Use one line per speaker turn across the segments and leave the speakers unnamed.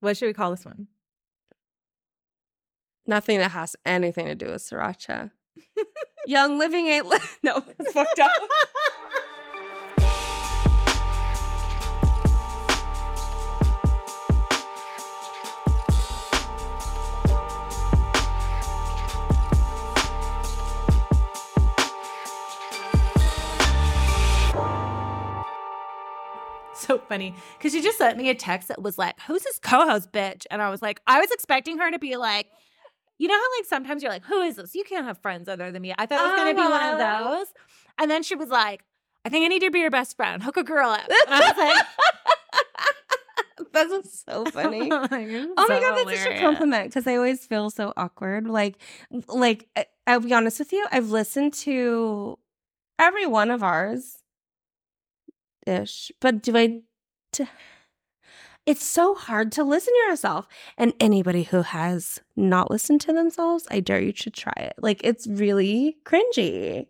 What should we call this one?
Nothing that has anything to do with sriracha. Young Living ain't li- no, it's fucked up.
So funny. Because she just sent me a text that was like, Who's this co host, bitch? And I was like, I was expecting her to be like, You know how, like, sometimes you're like, Who is this? You can't have friends other than me. I thought it was going to be one of
Oh.
those. And then she was like, I think I need to be your best friend. Hook a girl up. And I was like,
That was so funny.
Oh
Oh my god, that's such a compliment because I always feel so awkward. Like, like I- I'll be honest with you, I've listened to every one of ours, ish. But do I? T- it's so hard to listen to yourself. And anybody who has not listened to themselves, I dare you to try it. Like, it's really cringy.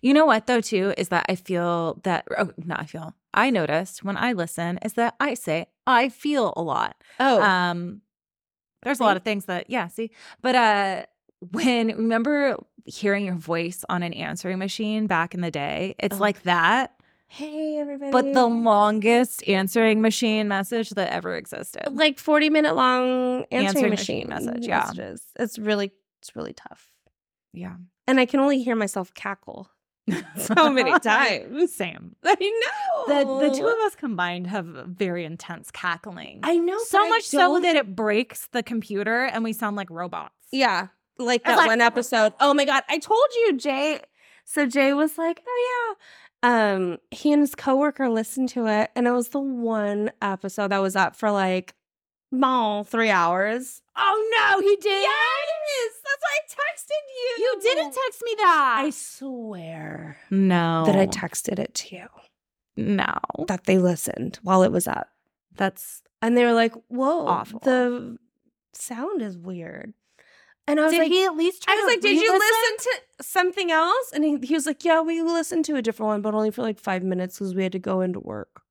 You know what though too is that I feel that oh, not I feel I noticed when I listen is that I say I feel a lot.
Oh,
Um there's a lot of things that yeah, see. But uh when remember hearing your voice on an answering machine back in the day, it's
Oh.
like that,
hey everybody!
but the longest answering machine message that ever existed.
Uh, like forty minute long answering,
Answering machine
machine,
message, yeah.
messages. It's really, it's really tough.
Yeah.
and I can only hear myself cackle so many times.
Same.
I know.
The the two of us combined have very intense cackling.
I know but
so
I
much so
don't-
that it breaks the computer and we sound like robots.
yeah, like
I was
that
like-
one episode. Oh my god, I told you, Jay. So Jay was like, "Oh yeah." Um, he and his coworker listened to it, and it was the one episode that was up for like, mall three hours.
Oh no, he did.
Yes, that's why I texted
You didn't text me that. Oh.
I swear
no.
that I texted it to you.
no.
That they listened while it was up.
That's
And they were like, whoa,
Awful.
the sound is weird. And I was
Did
like,
he at least try
I was
to
like, did you
re-listen?
listen to something else? And he, he was like, yeah, we listened to a different one, but only for like five minutes because we had to go into work.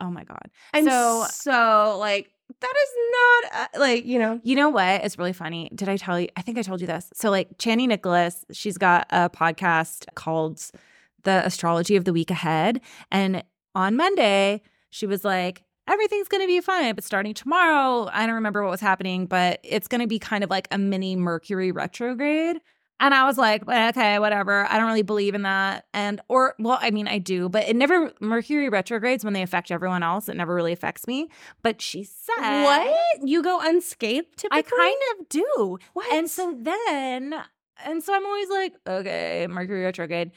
Oh my god.
I'm
So-
so, like, that is not uh, like, you know,
You know what is really funny? Did I tell you? I think I told you this. So like Channy Nicholas, she's got a podcast called The Astrology of the Week Ahead and on Monday, she was like Everything's going to be fine, but starting tomorrow, I don't remember what was happening, but it's going to be kind of like a mini Mercury retrograde. And I was like, well, okay, whatever. I don't really believe in that. And, or, well, I mean, I do, but it never, Mercury retrogrades when they affect everyone else, it never really affects me. But she said,
what? You go unscathed typically?
I kind of do.
What?
And so then, and so I'm always like, okay, Mercury retrograde.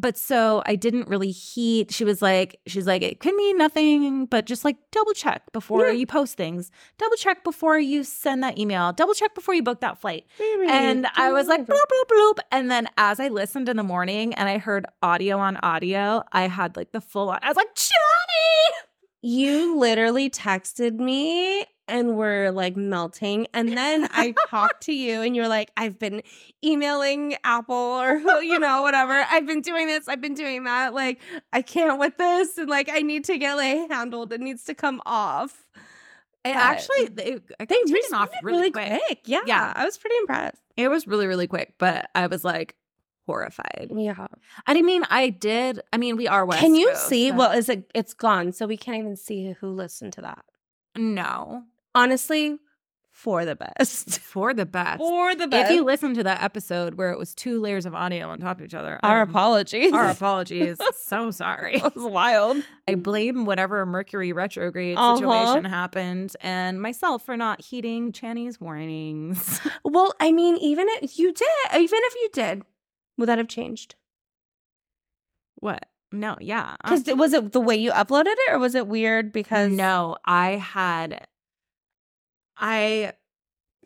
But so I didn't really heat. She was like, she's like, it could mean nothing, but just like double check before
Yeah.
you post things, double check before you send that email, double check before you book that flight.
Period.
And I was like,
Whatever.
bloop, bloop, bloop. And then as I listened in the morning and I heard audio on audio, I had like the full on, I was like, Johnny!
You literally texted me and were like melting. And then I talked to you and you're like, I've been emailing Apple or, who- you know, whatever. I've been doing this. I've been doing that. Like, I can't with this. And like, I need to get like handled. It needs to come off.
It
But
actually, it, it got taken off
responded
really quick.
Yeah,
Yeah.
I was pretty impressed.
It was really, really quick, but I was like horrified.
Yeah.
I didn't mean I did. I mean, we are West.
Can you
Coast,
see?
but-
Well, is it? It's gone. So we can't even see who listened to that.
No,
Honestly, for the best.
for the best.
For the
if you listen to that episode where it was two layers of audio on top of each other,
Um, Our
I'm-
apologies.
Our apologies. so sorry.
That was wild.
I blame whatever Mercury retrograde
Uh-huh.
situation happened and myself for not heeding Channy's warnings.
Well, I mean, even if you did, even if you did, would that have changed?
what? No, yeah. uh,
Because was it the way you uploaded it, or was it weird? Because
No, I had. I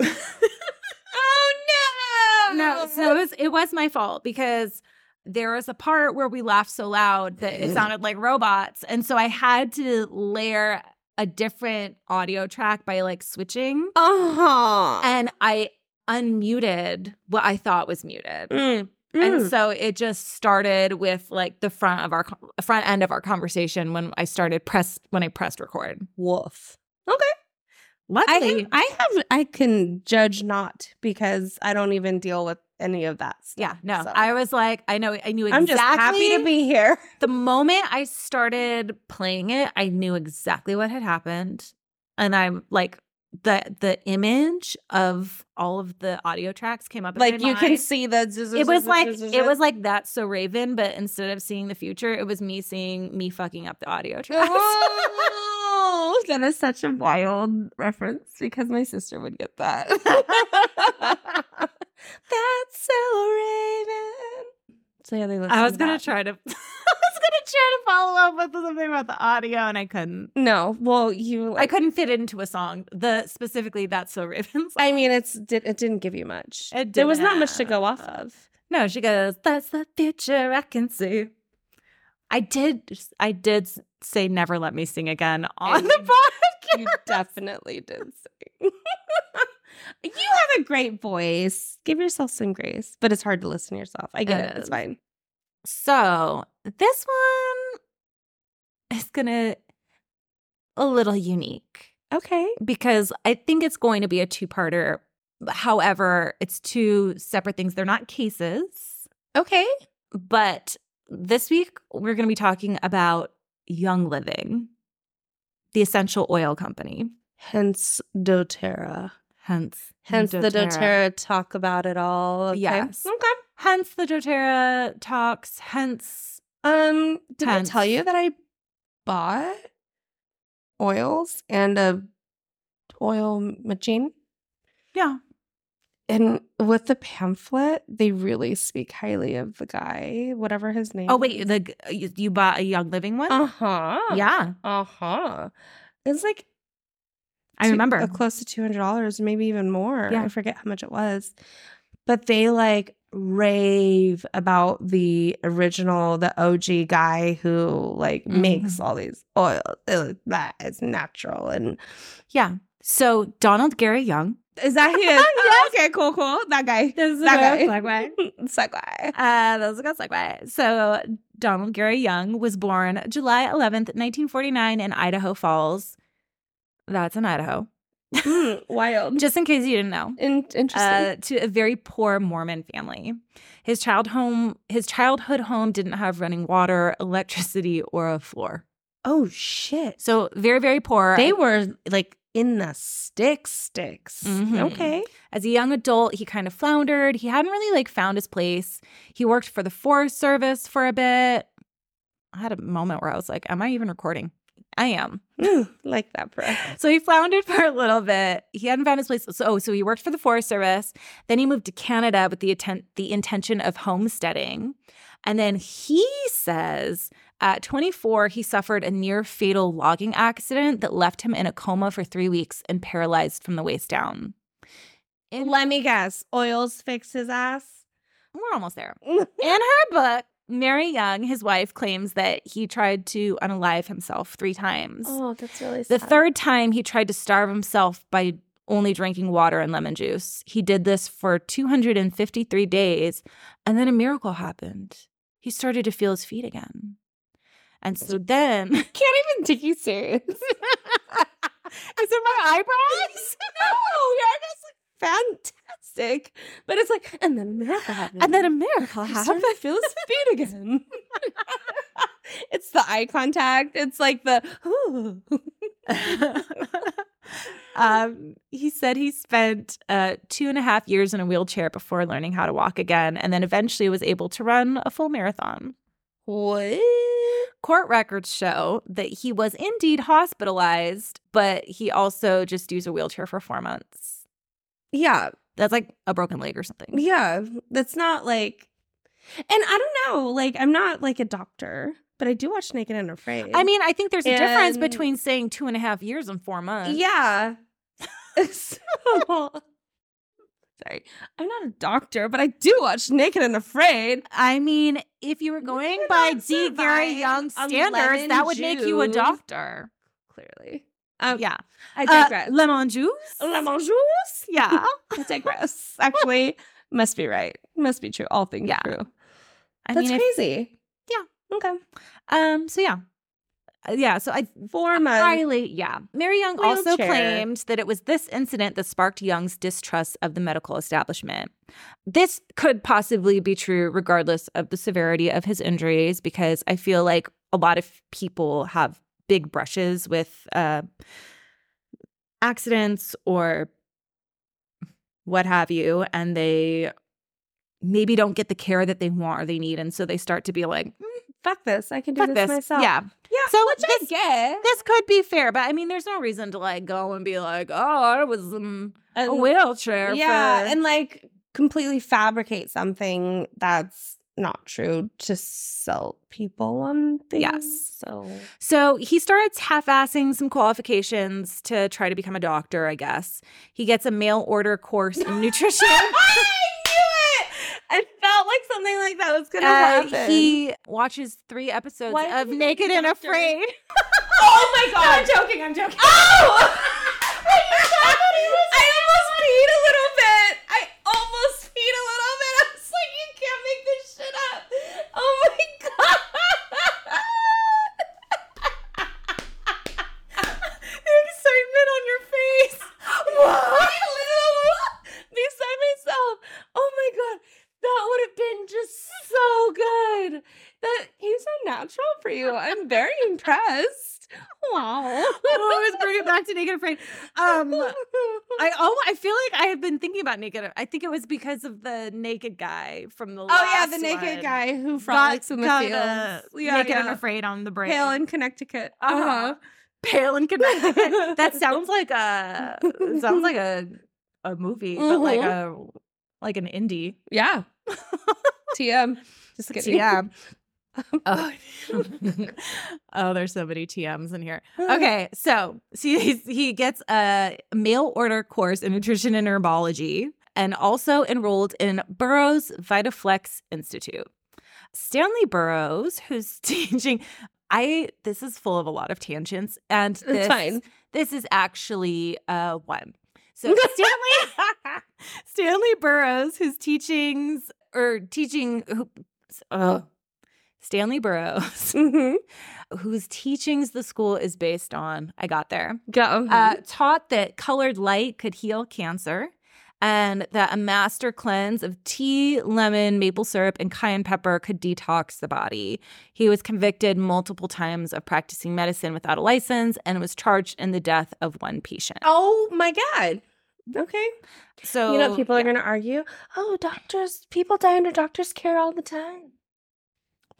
Oh no!
no, so it was it was my fault because there was a part where we laughed so loud that
Mm.
it sounded like robots, and so I had to layer a different audio track by like switching,
uh huh.
and I unmuted what I thought was muted.
Mm.
And so it just started with like the front of our front end of our conversation when I started press when I pressed record.
Wolf. I
Luckily,
have, I have I can judge not because I don't even deal with any of that. Stuff.
yeah, no,
So-
I was like, I know, I knew exactly.
I'm just happy to be here.
the moment I started playing it, I knew exactly what had happened. And I'm like the the image of all of the audio tracks came up. in
Like
my
you can
mind.
see the.
it was like it was like that's so Raven, but instead of seeing the future, it was me seeing me fucking up the audio tracks.
Oh, that is such a wild reference because my sister would get that. That's so Raven. So yeah, they listen.
I was
to
gonna
that.
try to I was gonna try to follow up with something about the audio and I couldn't.
No, well, you.
I
Like,
couldn't fit into a song. The specifically that's so Raven song.
I, mean, it's did, it didn't give you much.
It
there was not much to
didn't.
go off of.
No, she goes, "That's the future I can see." I did, I did say, "Never let me sing again" on
And
the podcast.
You definitely did sing. you have a great voice. Give yourself some grace, but it's hard to listen to yourself. I get
It
it.
is.
It's fine.
So this one is gonna a little unique
Okay.
because I think it's going to be a two-parter. However, it's two separate things. They're not cases,
Okay.
but this week we're going to be talking about Young Living, the essential oil company.
Hence doTERRA.
Hence,
Hence the doTERRA talk about it all. Okay.
Yes.
Okay.
Hence the DoTerra talks. Hence,
Um, did
Hence.
I tell you that I bought oils and a oil machine?
yeah,
And with the pamphlet, they really speak highly of the guy, whatever his name.
Oh wait, the g- you you bought a Young Living one?
Uh huh.
yeah,
Uh huh. It's like
I
two-
remember.
uh, close to two hundred dollars, maybe even more.
Yeah.
I forget how much it was, but they like rave about the original, the OG guy who like
Mm-hmm.
makes all these oils. It- That is natural, and
yeah. So Donald Gary Young.
is that he? Is? Oh, okay, cool, cool. That guy.
This is
That
a
guy.
segue.
It's that guy.
Uh, that was a good segue. So Donald Gary Young was born July eleventh, nineteen forty nine, in Idaho Falls. That's in Idaho.
Mm, wild.
Just in case you didn't know.
In- interesting.
uh, to a very poor Mormon family. His child home, his childhood home didn't have running water, electricity, or a floor.
oh shit.
So very, very poor.
They were like in the stick sticks.
Mhm.
Okay.
As a young adult, he kind of floundered. He hadn't really like found his place. He worked for the Forest Service for a bit. I had a moment where I was like, "Am I even recording?" I am.
Mm, like that breath.
So he floundered for a little bit. He hadn't found his place. So, oh, so he worked for the Forest Service. Then he moved to Canada with the atten- the intention of homesteading. And then he says at 24, he suffered a near fatal logging accident that left him in a coma for three weeks and paralyzed from the waist down. In-
Let me guess. Oils fix his ass.
We're almost there. In her book, Mary Young, his wife, claims that he tried to unalive himself three times.
Oh, that's really
The third time he tried to starve himself by only drinking water and lemon juice. He did this for 253 days, and then a miracle happened. He started to feel his feet again. And so then, is
Can't even take you serious. no,
it my eyebrows?
your eyebrows look fantastic. But it's like, and then a miracle happened.
And then a miracle
He started
happened.
to feel his feet again. it's the eye contact. It's like the ooh.
um, he said he spent uh, two and a half years in a wheelchair before learning how to walk again, and then eventually was able to run a full marathon.
What?
Court records show that he was indeed hospitalized, but he also just used a wheelchair for four months.
Yeah,
That's like a broken leg or something.
Yeah, that's not like, and I don't know. Like, I'm not like a doctor, but I do watch Naked and Afraid.
I mean, I think there's a difference
And-
between saying two and a half years and four months.
yeah. So- sorry, I'm not a doctor, but I do watch Naked and Afraid.
I mean, if you were going
could
by
not
D. Gary
survive
Young
on
standards,
lemon
that would make you a
juice.
doctor.
Clearly, um,
yeah.
I
Uh,
digress.
lemon juice?
Lemon juice.
yeah.
I digress. Actually, must be right. Must be true. All things
Yeah.
true.
I
that's
mean, if-
crazy.
Yeah.
Okay.
um, so yeah. yeah, so I
Four months.
highly, yeah. Mary Young also
Wheelchair.
claimed that it was this incident that sparked Young's distrust of the medical establishment. This could possibly be true regardless of the severity of his injuries, because I feel like a lot of people have big brushes with uh, accidents or what have you, and they maybe don't get the care that they want or they need. And so they start to be like, "Mm,
Fuck this. I can do
fuck
this,
this.
myself.
Yeah.
Yeah.
So
which I
this-
get.
This could be fair, but I mean, there's no reason to like go and be like, oh, I was in a
And-
wheelchair.
yeah.
for-"
And like completely fabricate something that's not true to sell people on things.
Yes.
So
so he starts half assing some qualifications to try to become a doctor, I guess. He gets a mail order course in nutrition.
I knew it. I felt like something like that was gonna
Uh,
happen.
he watches three episodes
Why
of
did he
Naked
be a
and
doctor?
Afraid.
oh my god.
I'm joking. I'm joking.
Oh! I almost peed a little bit. I almost peed a little bit. I was like, you can't make this shit up. Oh my god. the excitement on your face. I literally beside myself. Oh my god. That would have been just so good. That came so natural for you. I'm very impressed. Wow.
oh, it was bringing back to Naked and Afraid. Um, I oh, I feel like I have been thinking about Naked. I think it was because of the naked guy from the.
oh yeah,
last
the naked
one.
guy who
Got-
frolics in the
got,
fields.
uh,
yeah,
naked and
yeah.
afraid on the brain.
Pale in Connecticut. Uh-huh.
Uh-huh. pale and Connecticut. that sounds like a sounds like a a movie, but like a like an indie.
Yeah. TM. Just kidding.
TM. oh. oh, there's so many TMs in here. Okay, so see, he's, he gets a mail order course in nutrition and herbology and also enrolled in Burroughs VitaFlex Institute. Stanley Burroughs, who's teaching, I this is full of a lot of tangents, and
It's
this,
fine.
This is actually uh, one. So Stanley Stanley Burroughs, whose teachings or teaching, who- uh, Stanley Burroughs,
Mm-hmm.
whose teachings the school is based on. I got there
Go.
uh, taught that colored light could heal cancer and that a master cleanse of tea, lemon, maple syrup, and cayenne pepper could detox the body. He was convicted multiple times of practicing medicine without a license and was charged in the death of one patient.
oh my god. Okay.
So
you know, people are going to argue. Oh, doctors, people die under doctors' care all the time.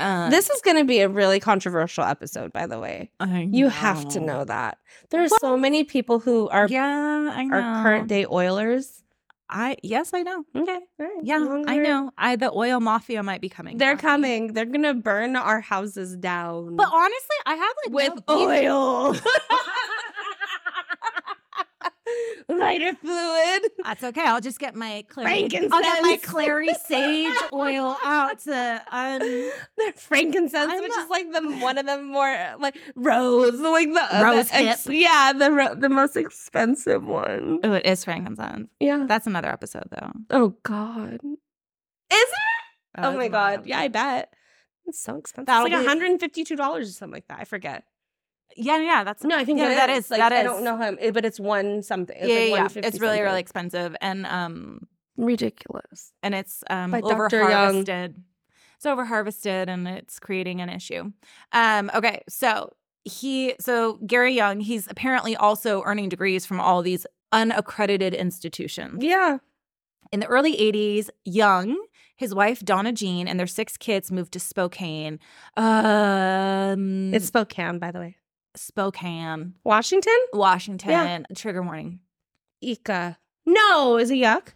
uh,
This is going to be a really controversial episode, by the way.
I
You have to know that there are so many people who are
Yeah, I know.
are current day Oilers.
I yes, I know.
Okay, all right.
Yeah,
As long as
I
they're-
know. I the oil mafia might be coming.
They're
for me.
coming. They're gonna burn our houses down.
But honestly, I have like
with
no beef-
oil, lighter fluid.
That's okay. I'll just get my clary.
Frankincense.
I'll get my clary sage oil out to un-
They're frankincense,
I'm
which
not-
is like the one of the more like rose, like the uh, the
Rose
ex- yeah, the ro- the most expensive one.
Oh, it is frankincense.
Yeah.
That's another episode, though.
Oh God. Is it?
That
Oh
is
my
another
God.
episode.
Yeah, I bet. It's so expensive.
That'll
it's like
be-
$152 or something like that. I forget.
yeah, yeah. That's
No, I think
Yeah,
that
that
is.
is-
Like,
that
I
is.
don't know how, it- but it's one something. It's
yeah,
like
yeah, yeah.
150
It's really, really
something.
expensive, and um,
ridiculous.
and it's um
By
over
Dr. Young.
harvested. It's over harvested, and it's creating an issue. Um, okay, so he, so Gary Young, he's apparently also earning degrees from all these unaccredited institutions.
Yeah.
In the early 80s, Young, his wife Donna Jean, and their six kids moved to Spokane. Um,
It's Spokane, by the way.
Spokane,
Washington?
Washington. Trigger warning.
Ika. No, is it yuck?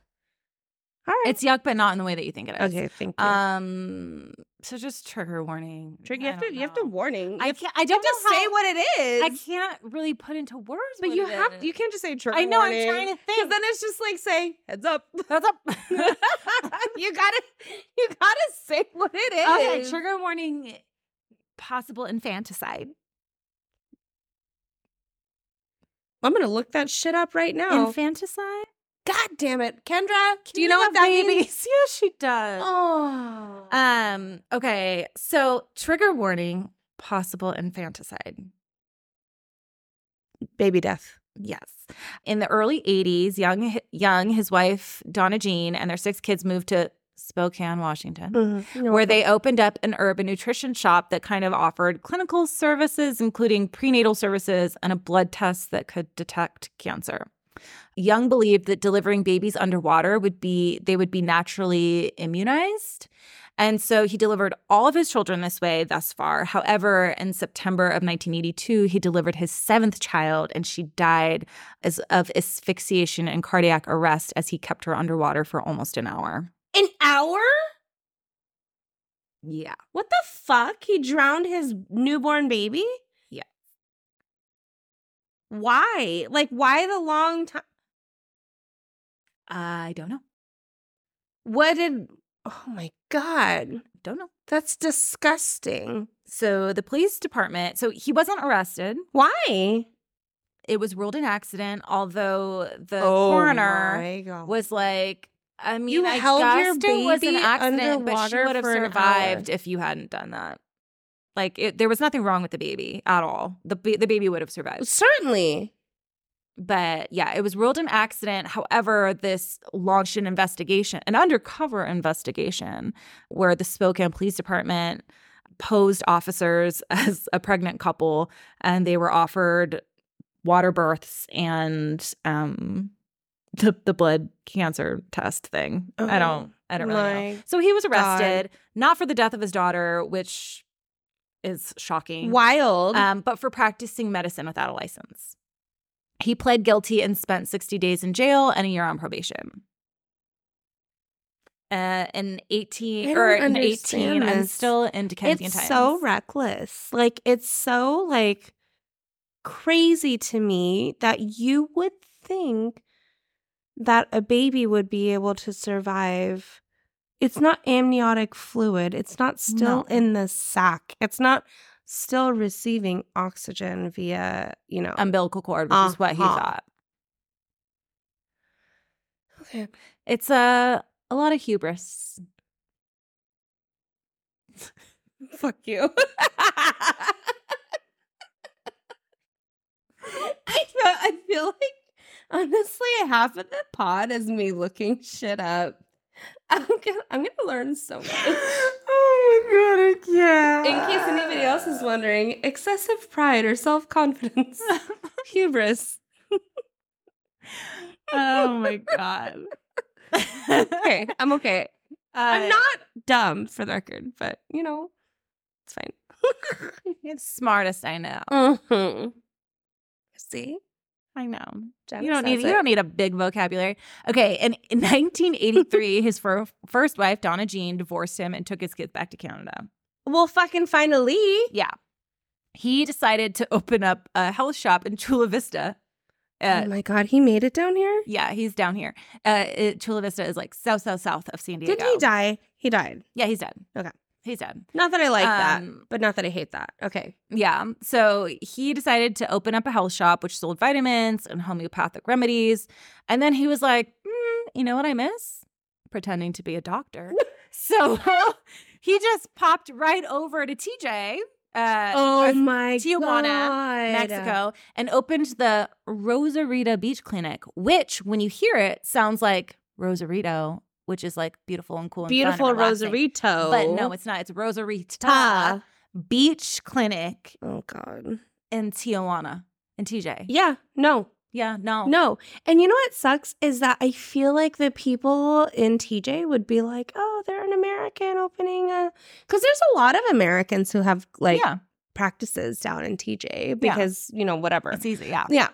All right.
It's yuck, but not in the way that you think it is.
okay, thank you.
Um. So just trigger warning.
Trick, you
I
have to,
don't
you have to
know.
warning. You
I
have
can't. I don't
to
know
say
how-
what it is.
I can't really put into words.
but
what
you
it
have,
is.
you can't just say trigger
I know.
warning.
I'm trying to
Because
think.
then it's just like saying heads up.
That's up.
you gotta, you gotta say what it is.
okay. Trigger warning. Possible infanticide.
I'm gonna look that shit up right now.
Infanticide.
God damn it, Kendra. Do you
Can
know
have
what that
babies?
means?
Yeah, she does.
Oh.
Uh, Um, okay. So trigger warning, possible infanticide.
baby death.
Yes. In the early 80s, Young, Young, his wife, Donna Jean, and their six kids moved to Spokane, Washington,
Mm-hmm.
where they opened up an urban nutrition shop that kind of offered clinical services, including prenatal services and a blood test that could detect cancer. Young believed that delivering babies underwater would be, they would be naturally immunized. And so he delivered all of his children this way thus far. However, in September of 1982, he delivered his seventh child and she died as, of asphyxiation and cardiac arrest as he kept her underwater for almost an hour.
An hour?
Yeah.
What the fuck? He drowned his newborn baby?
Yeah.
Why? Like, why the long time?
I don't know.
What did. Oh my God.
Don't know.
That's disgusting.
So the police department, so he wasn't arrested.
Why?
It was ruled an accident, although the coroner
Oh my God.
was like, I mean,
You
I
held
guess
your
it was an
baby
accident, but she
underwater
would have
for an
survived
hour.
if you hadn't done that. Like, it, there was nothing wrong with the baby at all. The ba- the baby would have survived.
Certainly.
But yeah, it was ruled an accident. However, this launched an investigation, an undercover investigation, where the Spokane Police Department posed officers as a pregnant couple, and they were offered water births and um, the the blood cancer test thing. I
Oh,
don't. I don't really know.
my
So he was arrested, not for the death of his daughter, which is shocking,
Wild.
um, but for practicing medicine without a license. He pled guilty and spent 60 days in jail and a year on probation. Uh, in 18
I
or
don't
in 18,
understand
I'm
this.
still in Dickensian
it's
times.
so reckless. Like it's so like crazy to me that you would think that a baby would be able to survive. It's not amniotic fluid. It's not still
No.
in the sac. It's not still receiving oxygen via, you know.
umbilical cord, which is what he
Uh-huh.
thought.
okay.
It's a a lot of hubris.
Fuck you. I feel, I feel like honestly half of the pod is me looking shit up. I'm gonna, I'm gonna learn so much.
oh my god, I can't.
In case anybody else
Oh
is wondering, excessive pride or self confidence, hubris.
Oh my god.
Okay, I'm okay.
Uh,
I'm not dumb for the record, but you know, it's fine.
It's smartest I know.
Mhm. See,
I know.
Jenna
you don't need
says
you
it.
don't need a big vocabulary. Okay, and in 1983, his fir- first wife Donna Jean divorced him and took his kids back to Canada.
Well, fucking finally.
Yeah, he decided to open up a health shop in Chula Vista. Uh,
oh my god, he made it down here.
yeah, he's down here. Uh, it- Chula Vista is like south, south, south of San Diego.
Didn't he die? He died.
Yeah, he's dead.
Okay.
he's dead.
Not that I like
Um,
that, but not that I hate that. Okay.
Yeah. So he decided to open up a health shop, which sold vitamins and homeopathic remedies. And then he was like, "Mm, you know what I miss? Pretending to be a doctor. so he just popped right over to TJ, uh,
Oh
uh,
my
Tijuana,
god.
Mexico, and opened the Rosarita Beach Clinic, which, when you hear it, sounds like Rosarito, which is like beautiful and cool and fun and
Beautiful
relaxing.
Rosarito.
But no, it's not. It's Rosarita
Ta.
Beach Clinic
Oh god.
in Tijuana and TJ.
Yeah. No.
Yeah, no.
No. And you know what sucks is that I feel like the people in TJ would be like, "Oh, they're an American opening a cuz there's a lot of Americans who have like
yeah,
practices down in TJ because, you know, whatever.
it's easy. Yeah.
Yeah.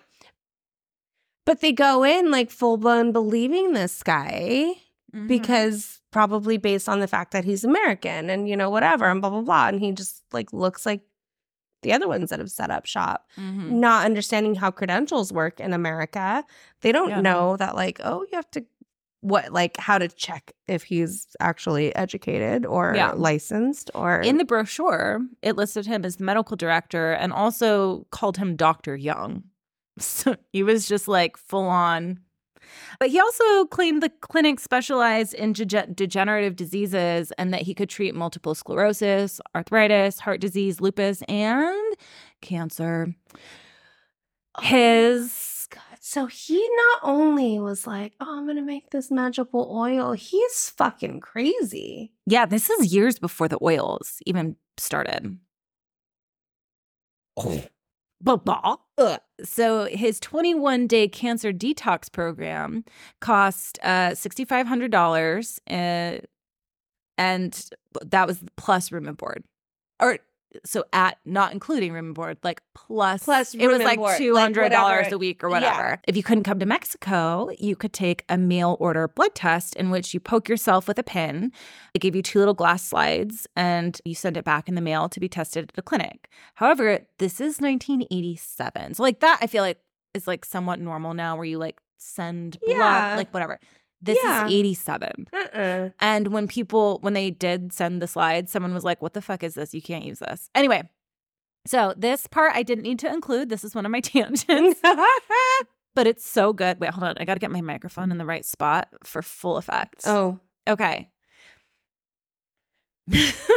But they go in like full blown believing this guy
Mhm.
because probably based on the fact that he's American and, you know, whatever and blah, blah, blah. And he just like looks like the other ones that have set up shop,
Mhm.
not understanding how credentials work in America. They don't
Yeah.
know that, like, oh, you have to what like how to check if he's actually educated or
Yeah.
licensed or
in the brochure, it listed him as the medical director and also called him Dr. Young. So he was just like full on. But he also claimed the clinic specialized in dege- degenerative diseases and that he could treat multiple sclerosis, arthritis, heart disease, lupus, and cancer.
Oh,
his
God. So he not only was like, oh, I'm going to make this magical oil, he's fucking crazy.
yeah this is years before the oils even started blah blah Ugh. so his 21 day cancer detox program cost uh, $6500 uh, and that was plus room and board or so at not including room and board like plus
Plus
it
room
was
and
like
board, like
$200
whatever.
a week or
Yeah.
whatever if you couldn't come to mexico you could take a mail order blood test in which you poke yourself with a pin they gave you two little glass slides and you send it back in the mail to be tested at the clinic however this is 1987 so like that i feel like is like somewhat normal now where you like send blood
Yeah.
like whatever this
Yeah.
is 87
Uh-uh.
and when people, when they did send the slides, someone was like, what the fuck is this? You can't use this. Anyway, so this part I didn't need to include. This is one of my tangents, but it's so good. Wait, hold on. I got to get my microphone in the right spot for full effect.
oh,
okay.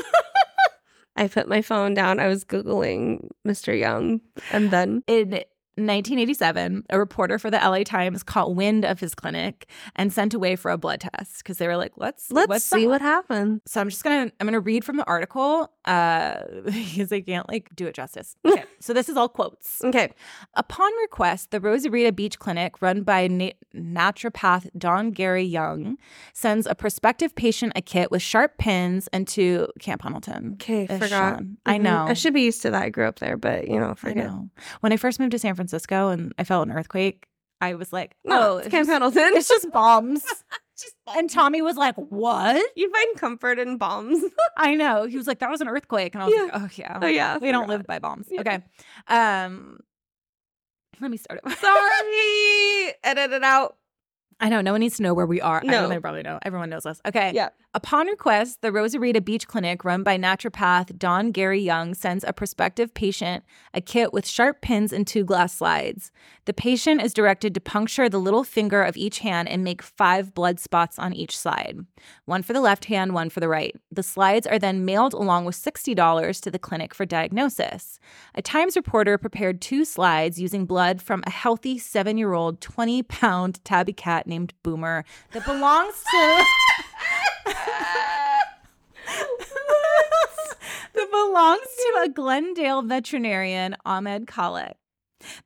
I put my phone down. I was Googling Mr. Young. And then,
In 1987, a reporter for the LA Times caught wind of his clinic and sent away for a blood test because they were like, let's
let's
what's
see
up?
what happens.
so I'm just gonna I'm gonna read from the article uh, because I can't like do it justice. Okay, so this is all quotes.
Okay.
Upon request, the Rosarita Beach Clinic, run by na- naturopath Don Gary Young, sends a prospective patient a kit with sharp pins and to Camp Hamilton.
Okay,
Uh,
forgot.
Sean. I
Mhm.
know.
I should be used to that. I grew up there, but you know,
I
forget.
know. When I first moved to San Francisco and I felt an earthquake, I was like,
No,
"Oh,
it's
it's
Camp
just,
Pendleton.
it's just bombs." and Tommy was like, "What?"
you find comfort in bombs.
I know. He was like, "That was an earthquake," and I was
Yeah.
like, "Oh yeah."
oh yeah,
we don't
forgot.
live by bombs.
Yeah.
Okay. Um let me start it.
Sorry, edit it out.
I know no one needs to know where we are. I
No.
know they probably know. Everyone knows us. Okay.
Yeah.
Upon request, the Rosarita Beach Clinic, run by naturopath Don Gary Young, sends a prospective patient a kit with sharp pins and two glass slides. The patient is directed to puncture the little finger of each hand and make five blood spots on each side one for the left hand, one for the right. The slides are then mailed along with $60 to the clinic for diagnosis. A Times reporter prepared two slides using blood from a healthy seven year old, 20 pound tabby cat named Boomer that belongs to. that belongs to a Glendale veterinarian, Ahmed Khaled.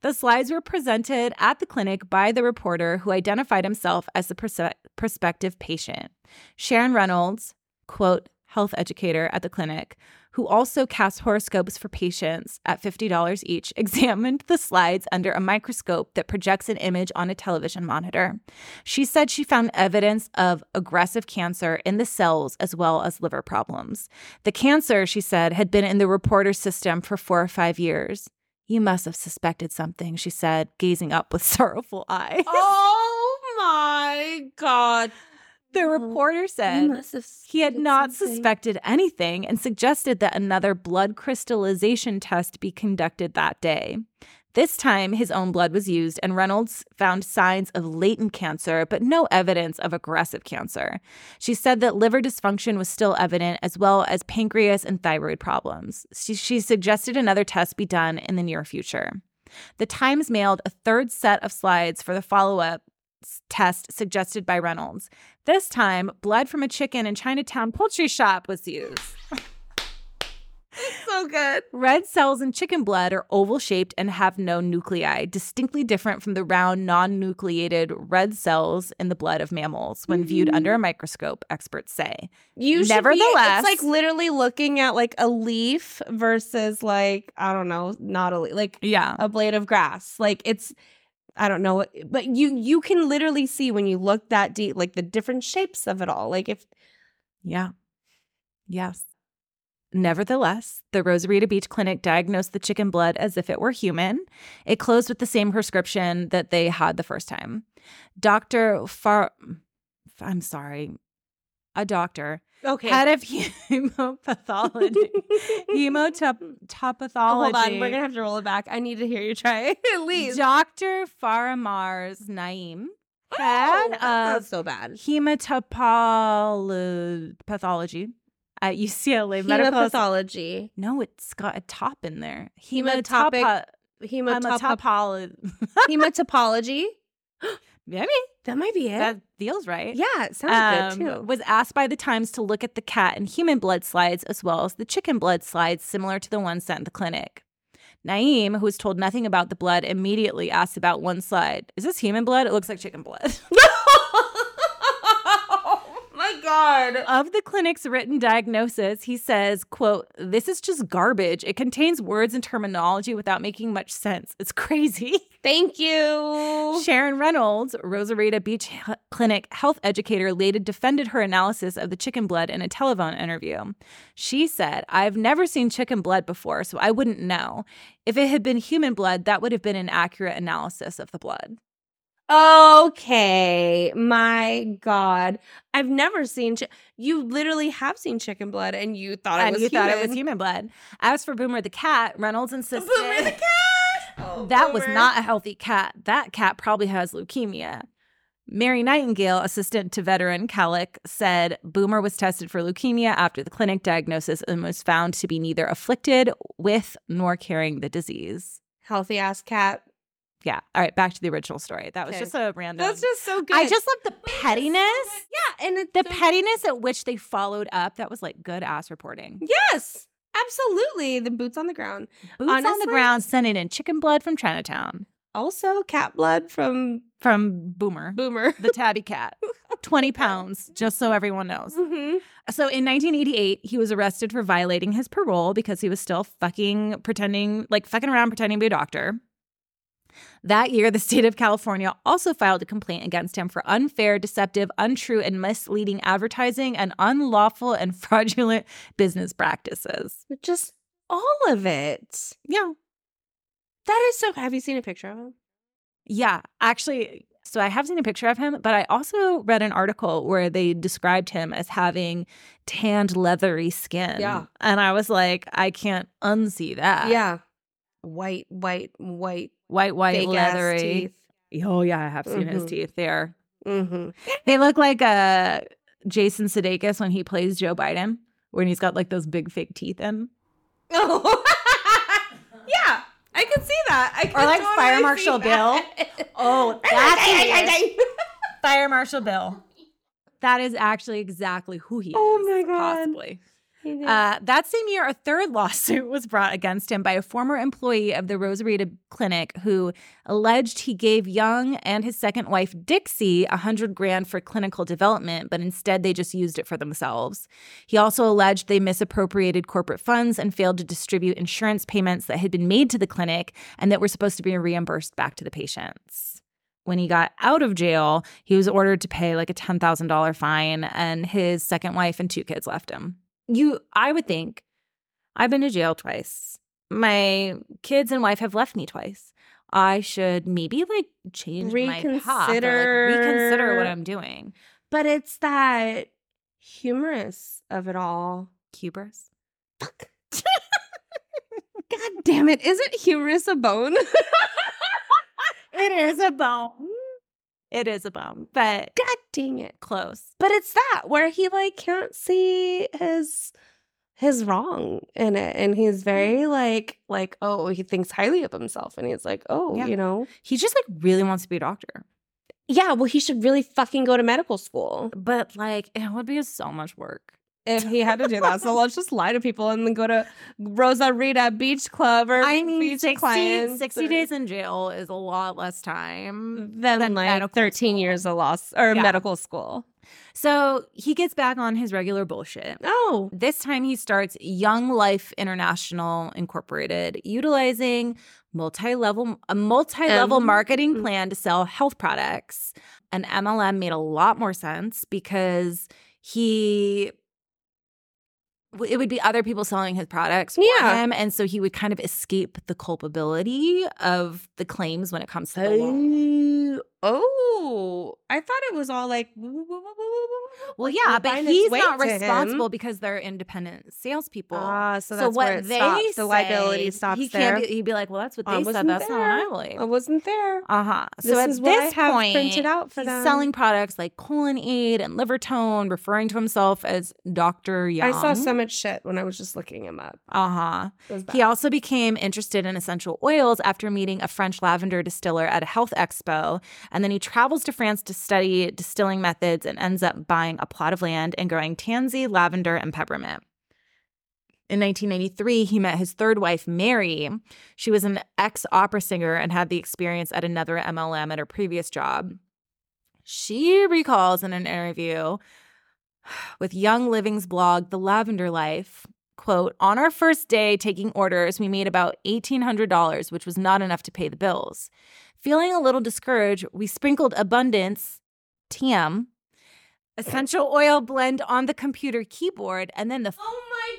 The slides were presented at the clinic by the reporter who identified himself as the perse- prospective patient. Sharon Reynolds, quote, health educator at the clinic, who also casts horoscopes for patients at $50 each, examined the slides under a microscope that projects an image on a television monitor. She said she found evidence of aggressive cancer in the cells as well as liver problems. The cancer, she said, had been in the reporter's system for four or five years. You must have suspected something, she said, gazing up with sorrowful eyes.
Oh my god!
the reporter said,
Mm-hmm.
He had not suspected anything and suggested that another blood crystallization test be conducted that day. This time, his own blood was used, and Reynolds found signs of latent cancer, but no evidence of aggressive cancer. She said that liver dysfunction was still evident, as well as pancreas and thyroid problems. She, she suggested another test be done in the near future. The Times mailed a third set of slides for the follow up test suggested by Reynolds. This time, blood from a chicken in Chinatown poultry shop was used.
So good.
Red cells in chicken blood are oval shaped and have no nuclei, distinctly different from the round, non nucleated red cells in the blood of mammals when viewed
Mhm.
under a microscope, experts say.
You should
Nevertheless-
be, it's like literally looking at like a leaf versus like I don't know, not a leaf, like
Yeah.
a blade of grass. Like it's I don't know, what- but you you can literally see when you look that deep, like the different shapes of it all. Like if
Yeah. Yes. Nevertheless, the Rosarita Beach Clinic diagnosed the chicken blood as if it were human. It closed with the same prescription that they had the first time. Dr. Far. I'm sorry. A doctor,
okay,
head of hemopathology.
Oh,
hemotopathology.
hold on, we're gonna have to roll it back. I need to hear you try it, at least.
Dr. Faramars Naim, head
that's
of
not so bad.
hematopatology uh, at UCLA Medical.
Hemopathology.
No, it's got a top in there.
Hematopic-
Hematopa-
hematop-
Hematopolo-
hematopology.
Maybe
That might be it.
that feels right.
yeah, it
Um,
sounds good too.
Was asked by the Times to look at the cat and human blood slides as well as the chicken blood slides similar to the ones sent in the clinic. Naeem, who was told nothing about the blood, immediately asked about one slide. Is this human blood? It looks like chicken blood.
oh my god.
of the clinic's written diagnosis he says quote this is just garbage it contains words and terminology without making much sense it's crazy
Thank you.
sharon reynolds rosarita beach H- clinic health educator later defended her analysis of the chicken blood in a telephone interview she said i've never seen chicken blood before so i wouldn't know if it had been human blood that would have been an accurate analysis of the blood
Okay, my God, I've never seen. Chi- you literally have seen chicken blood, and you thought it
and
was
you
human.
thought it was human blood as for boomer the cat reynolds insisted
Boomer the cat. Oh,
That was
Boomer.
not a healthy cat. That cat probably has leukemia. Mary Nightingale, assistant to veteran Kallick, said Boomer was tested for leukemia after the clinic diagnosis and was found to be neither afflicted with nor carrying the disease.
healthy ass cat.
Yeah. All right. Back to the original story. That was
Okay.
just a random.
That's just so good.
I just love the
Wait, that's so
pettiness.
good. Yeah, and it's
The
so-
pettiness at which they followed up. That was like good ass reporting.
Yes, absolutely. The boots on the ground.
Boots on the
Honestly-
ground, sending in chicken blood from Chinatown
Also, cat blood from
from Boomer.
Boomer.
the tabby cat 20 pounds just so everyone knows
hmm
so in 1988 he was arrested for violating his parole because he was still fucking pretending like fucking around pretending to be a doctor that year the state of california also filed a complaint against him for unfair deceptive untrue and misleading advertising and unlawful and fraudulent business practices
Just all of it.
yeah
That is so. Have you seen a picture of him?
Yeah, actually, so I have seen a picture of him, but I also read an article where they described him as having tanned, leathery skin.
Yeah.
And I was like, I can't unsee that.
yeah, white, white, white,
White, white,
fake ass
leathery.
teeth.
Oh, yeah, I have seen his
Mhm.
teeth there.
Mm-hmm.
They look like uh, Jason Sudeikis when he plays Joe Biden, when he's got like those big fake teeth in.
Oh. yeah, I could see that. I could
Or like
totally
Fire
see
Marshal
that.
Oh,
that's
Fire Marshal Bill. That is actually exactly who he
Oh
is.
my God.
Possibly.
He did.
Uh, that same year, a third lawsuit was brought against him by a former employee of the Rosarita Clinic who alleged he gave Young and his second wife Dixie a hundred grand for clinical development, but instead they just used it for themselves. He also alleged they misappropriated corporate funds and failed to distribute insurance payments that had been made to the clinic and that were supposed to be reimbursed back to the patients when he got out of jail, he was ordered to pay like a $10,000 fine, and his second wife and two kids left him. You, I would think, I've been to jail twice. My kids and wife have left me twice. I should maybe like change my path or like, reconsider what
Reconsider.
I'm doing.
but it's that humorous of it all.
Hubris.
Fuck. God damn it! Isn't humorous a bone?
It is a bone. It is a bone, but
God dang it!
close.
But it's that where he like can't see his his wrong in it, and he's very like like oh he thinks highly of himself, and he's like oh
Yeah.
you know
He just like really wants to be a doctor,
yeah well he should really fucking go to medical school
but like it would be so much work.
if he had to do that. so let's just lie to people and then go to Rosa Rita Beach Club or
I mean,
beach
60,
clients Mm.
60
or-
days in jail is a lot less time.
than
than
like
medical
thirteen
school.
years of law s- or
Yeah.
medical school.
So he gets back on his regular bullshit.
Oh,
This time he starts Young Life International Incorporated, utilizing multi-level a multi-level
Um,
marketing
mm.
plan to sell health products. An MLM made a lot more sense because he it would be other people selling his products for
Yeah.
him and so he would kind of escape the culpability of the claims when it comes to the law.
oh, oh! I thought it was all like woo, woo, woo, woo, woo, woo,
Well,
Like,
yeah,
it'll
but
find its
he's
way
not
to him.
responsible because they're independent salespeople.
Ah, so that's where it stops. The liability
say,
stops
he
there.
Can't be, he'd be like, "Well, that's what
I
they said.
wasn't
That's
there.
not what I believe."
I wasn't there.
Uh huh. So
This
at
is
this
what I have
point,
printed out for
he's
them.
selling products like Colinaid and Livertone, referring to himself as Doctor Young.
I saw so much shit when I was just looking him up.
Uh huh.
It was bad.
He also became interested in essential oils after meeting a French lavender distiller at a health expo. And then he travels to France to study distilling methods and ends up buying a plot of land and growing tansy, lavender, and peppermint. In 1993, he met his third wife, Mary. She was an ex opera singer and had the experience at another MLM at her previous job. She recalls in an interview with Young Living's blog, The Lavender Life, quote, on our first day taking orders, we made about $1,800, which was not enough to pay the bills. Feeling a little discouraged, we sprinkled abundance, TM, essential oil blend on the computer keyboard, and then the
Oh my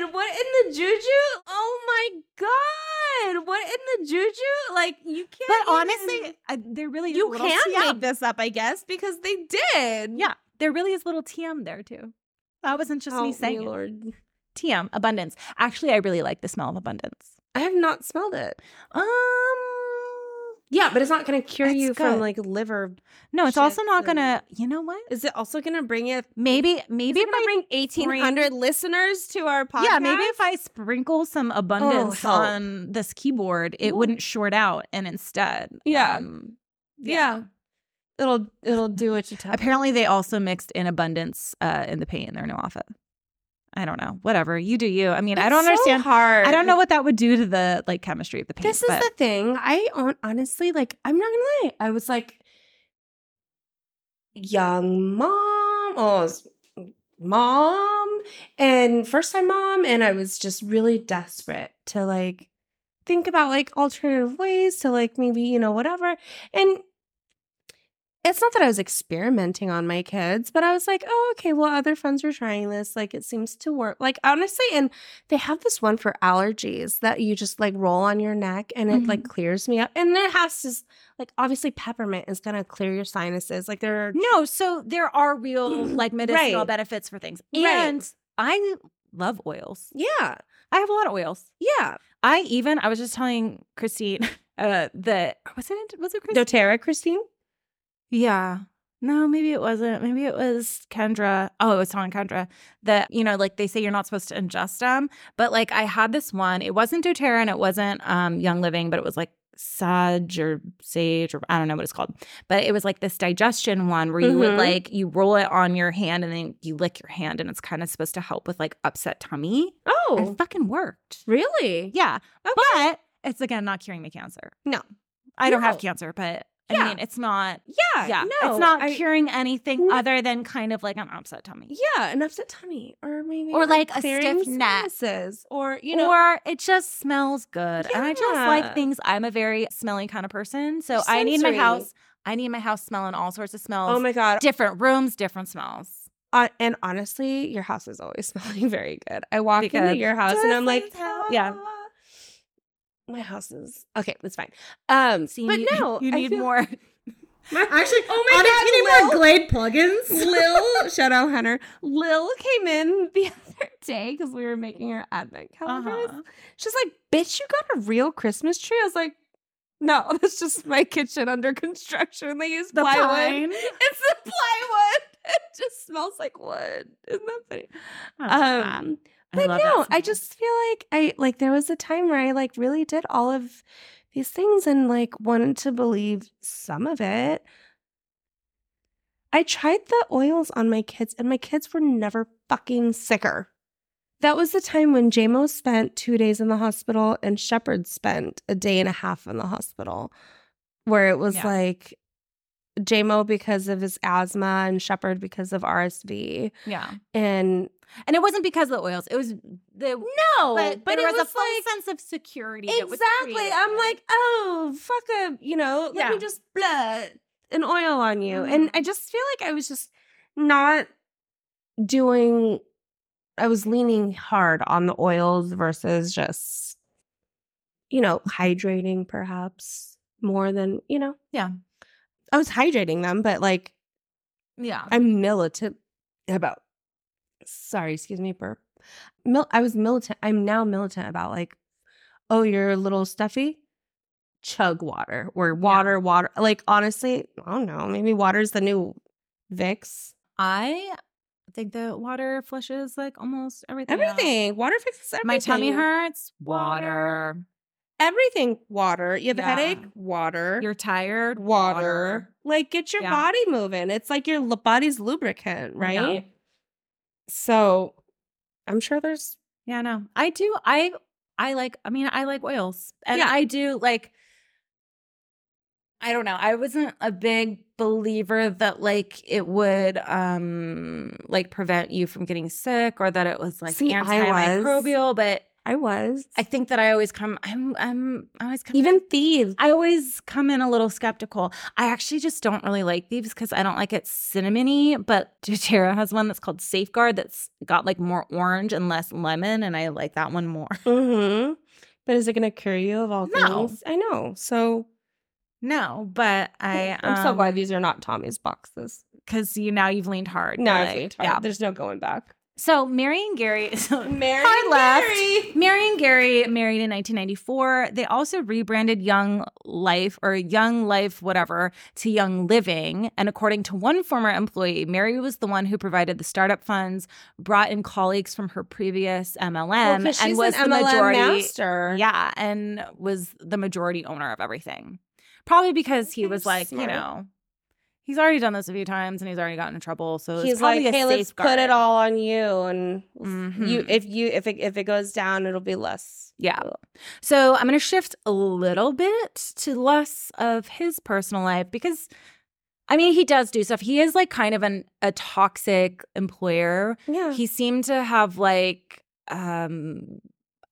god! What in the juju? Oh my god! What in the juju? Like you can't.
But
even-
honestly, I, there really is
you
little
can
TM.
make this up, I guess, because they did.
Yeah, there really is little TM there too. That wasn't just
Help
me
me,
saying it.
Oh, Lord.
TM abundance. Actually, I really like the smell of abundance.
I have not smelled it.
Um,
Yeah, but it's not going to cure
It's
you
good.
from like liver.
no, it's also
Shit,
not
so-
gonna. You know what?
Is it also going to bring it?
Maybe
Is
maybe
it
if
going to
I
bring eighteen hundred listeners to our podcast?
yeah maybe if I sprinkle some abundance
Oh, help.
on this keyboard, it
Ooh.
wouldn't short out, and instead,
Yeah.
um,
yeah. It'll it'll do what you tell. it.
Apparently, they also mixed in abundance uh, in the paint in their new outfit. I don't know. Whatever you do, you. I mean, I
It's
don't
so
understand.
Hard.
I don't know what that would do to the like chemistry of the paint.
This is
but-
the thing. I hon- honestly, like, I'm not gonna lie. I was like, young mom, oh, I was mom, and first time mom, and I was just really desperate to like think about like alternative ways to like maybe you know whatever. And it's not that I was experimenting on my kids, but I was like, oh, okay, well, other friends were trying this. Like, it seems to work. Like, honestly, and they have this one for allergies that you just like roll on your neck and it like clears me up. And it has to, s- like, obviously, peppermint is going to clear your sinuses. Like, there are,
no. So there are real like medicinal
Right.
benefits for things,
Right.
and I love oils.
yeah,
I have a lot of oils.
yeah.
I even I was just telling Christine uh, that was it was it Christine?
doTERRA, Christine?
Yeah. No, maybe it wasn't. Maybe it was Kendra. Oh, it was telling Kendra that, you know, like they say you're not supposed to ingest them. But like I had this one. It wasn't doTERRA and it wasn't um, Young Living, but it was like Sage or Sage or I don't know what it's called. But it was like this digestion one where you would
Mhm.
like, you roll it on your hand and then you lick your hand and it's kind of supposed to help with like upset tummy. And
Oh,
it fucking worked.
really?
Yeah. But it's again not curing me cancer.
No.
I don't have
No.
cancer, but I
Yeah.
mean, it's not
Yeah.
yeah,
No,
it's not
I-
curing anything
No.
other than kind of like an upset tummy,
Yeah, an upset tummy, or maybe
Or, like, a
clearing
stiff neck.
sinuses, or you know,
or it just smells good. And I just like
Yeah.
things. I'm a very smelly kind of person, so
You're
I need my
sensory.
house. I need my house smelling all sorts of smells.
oh my god,
different rooms, different smells.
Uh, and honestly, your house is always smelling very good. I walk
Because-
into your house and I'm like,
Just like yeah.
my house is okay. That's fine. Um,
See,
but
you,
no,
you
I
need
feel-
more.
Actually, oh my god,
Glade plugins.
Lil, shout out Hunter. Lil came in the other day because we were making her advent calendars.
Uh-huh.
She's like, "Bitch, you got a real Christmas tree?" I was like, "No, that's just my kitchen under construction. They use
The
plywood."
pine.
It's the plywood. It just smells like wood. Isn't that funny? Um, but
love that
no, I
smell.
just feel like I like there was a time where I like really did all of these things and like wanted to believe some of it. I tried the oils on my kids, and my kids were never fucking sicker. That was the time when JMO spent two days in the hospital and Shepard spent a day and a half in the hospital, where it was
Yeah.
like JMO because of his asthma and Shepard because of RSV.
yeah,
And
and it wasn't because of the oils. It was the
no,
but, there was, a full sense of security. that was
Exactly.
created.
I'm like, oh, fuck a, you know, let
Yeah.
me just bleh an oil on you.
Mhm.
And I just feel like I was just not doing, I was leaning hard on the oils versus just, you know, hydrating perhaps more than, you know.
Yeah.
I was hydrating them, but like
Yeah.
I'm militant about. Sorry, excuse me, burp. Mil- I was militant. I'm now militant about like, oh, you're a little stuffy. Chug water or water, water. Like honestly, I don't know. Maybe water's the new Vicks.
I think the water flushes like almost everything. out.
Everything. Water fixes everything.
My tummy hurts.
Water. Everything. Water. You have
Yeah.
a headache. Water.
You're tired.
water. Like get your
Yeah.
body moving. It's like your l- body's lubricant, right?
Yeah.
So I'm sure there's
Yeah, no. I do I I like I mean, I like oils. And
Yeah.
I do like I don't know. I wasn't a big believer that like it would um like prevent you from getting sick or that it was like
See, I was.
antimicrobial, but
I was.
I think that I always come I'm I'm I always come
even thieves.
I always come in a little skeptical. I actually just don't really like these because I don't like it cinnamony, but doTERRA has one that's called Safeguard that's got like more orange and less lemon, and I like that one more.
Mm-hmm. But is it gonna cure you of all
No.
things? I know. So
No, but I
I'm so glad these are not Tommy's boxes.
because you now you've leaned hard.
No,
You're
it's
like,
retarded. There's no going back.
So Mary and Gary so
Mary
Hard left.
Mary.
Mary and Gary married in 1994. They also rebranded Young Life or Young Life, whatever, to Young Living. And according to one former employee, Mary was the one who provided the startup funds, brought in colleagues from her previous MLM,
Well, Oh, 'cause
and
she's
was
an
the
MLM
majority.
master.
Yeah, and was the majority owner of everything. Probably because he
Okay,
was like,
smart.
you know, he's already done this a few times and he's already gotten in trouble. So it's
He's like,
probably a
hey, let's
safeguard.
put it all on you, and you
Mhm.
if you if it if it goes down, it'll be less.
Yeah. So I'm going to shift a little bit to less of his personal life because I mean, he does do stuff. He is like kind of an, a toxic employer.
Yeah.
He seemed to have like, um,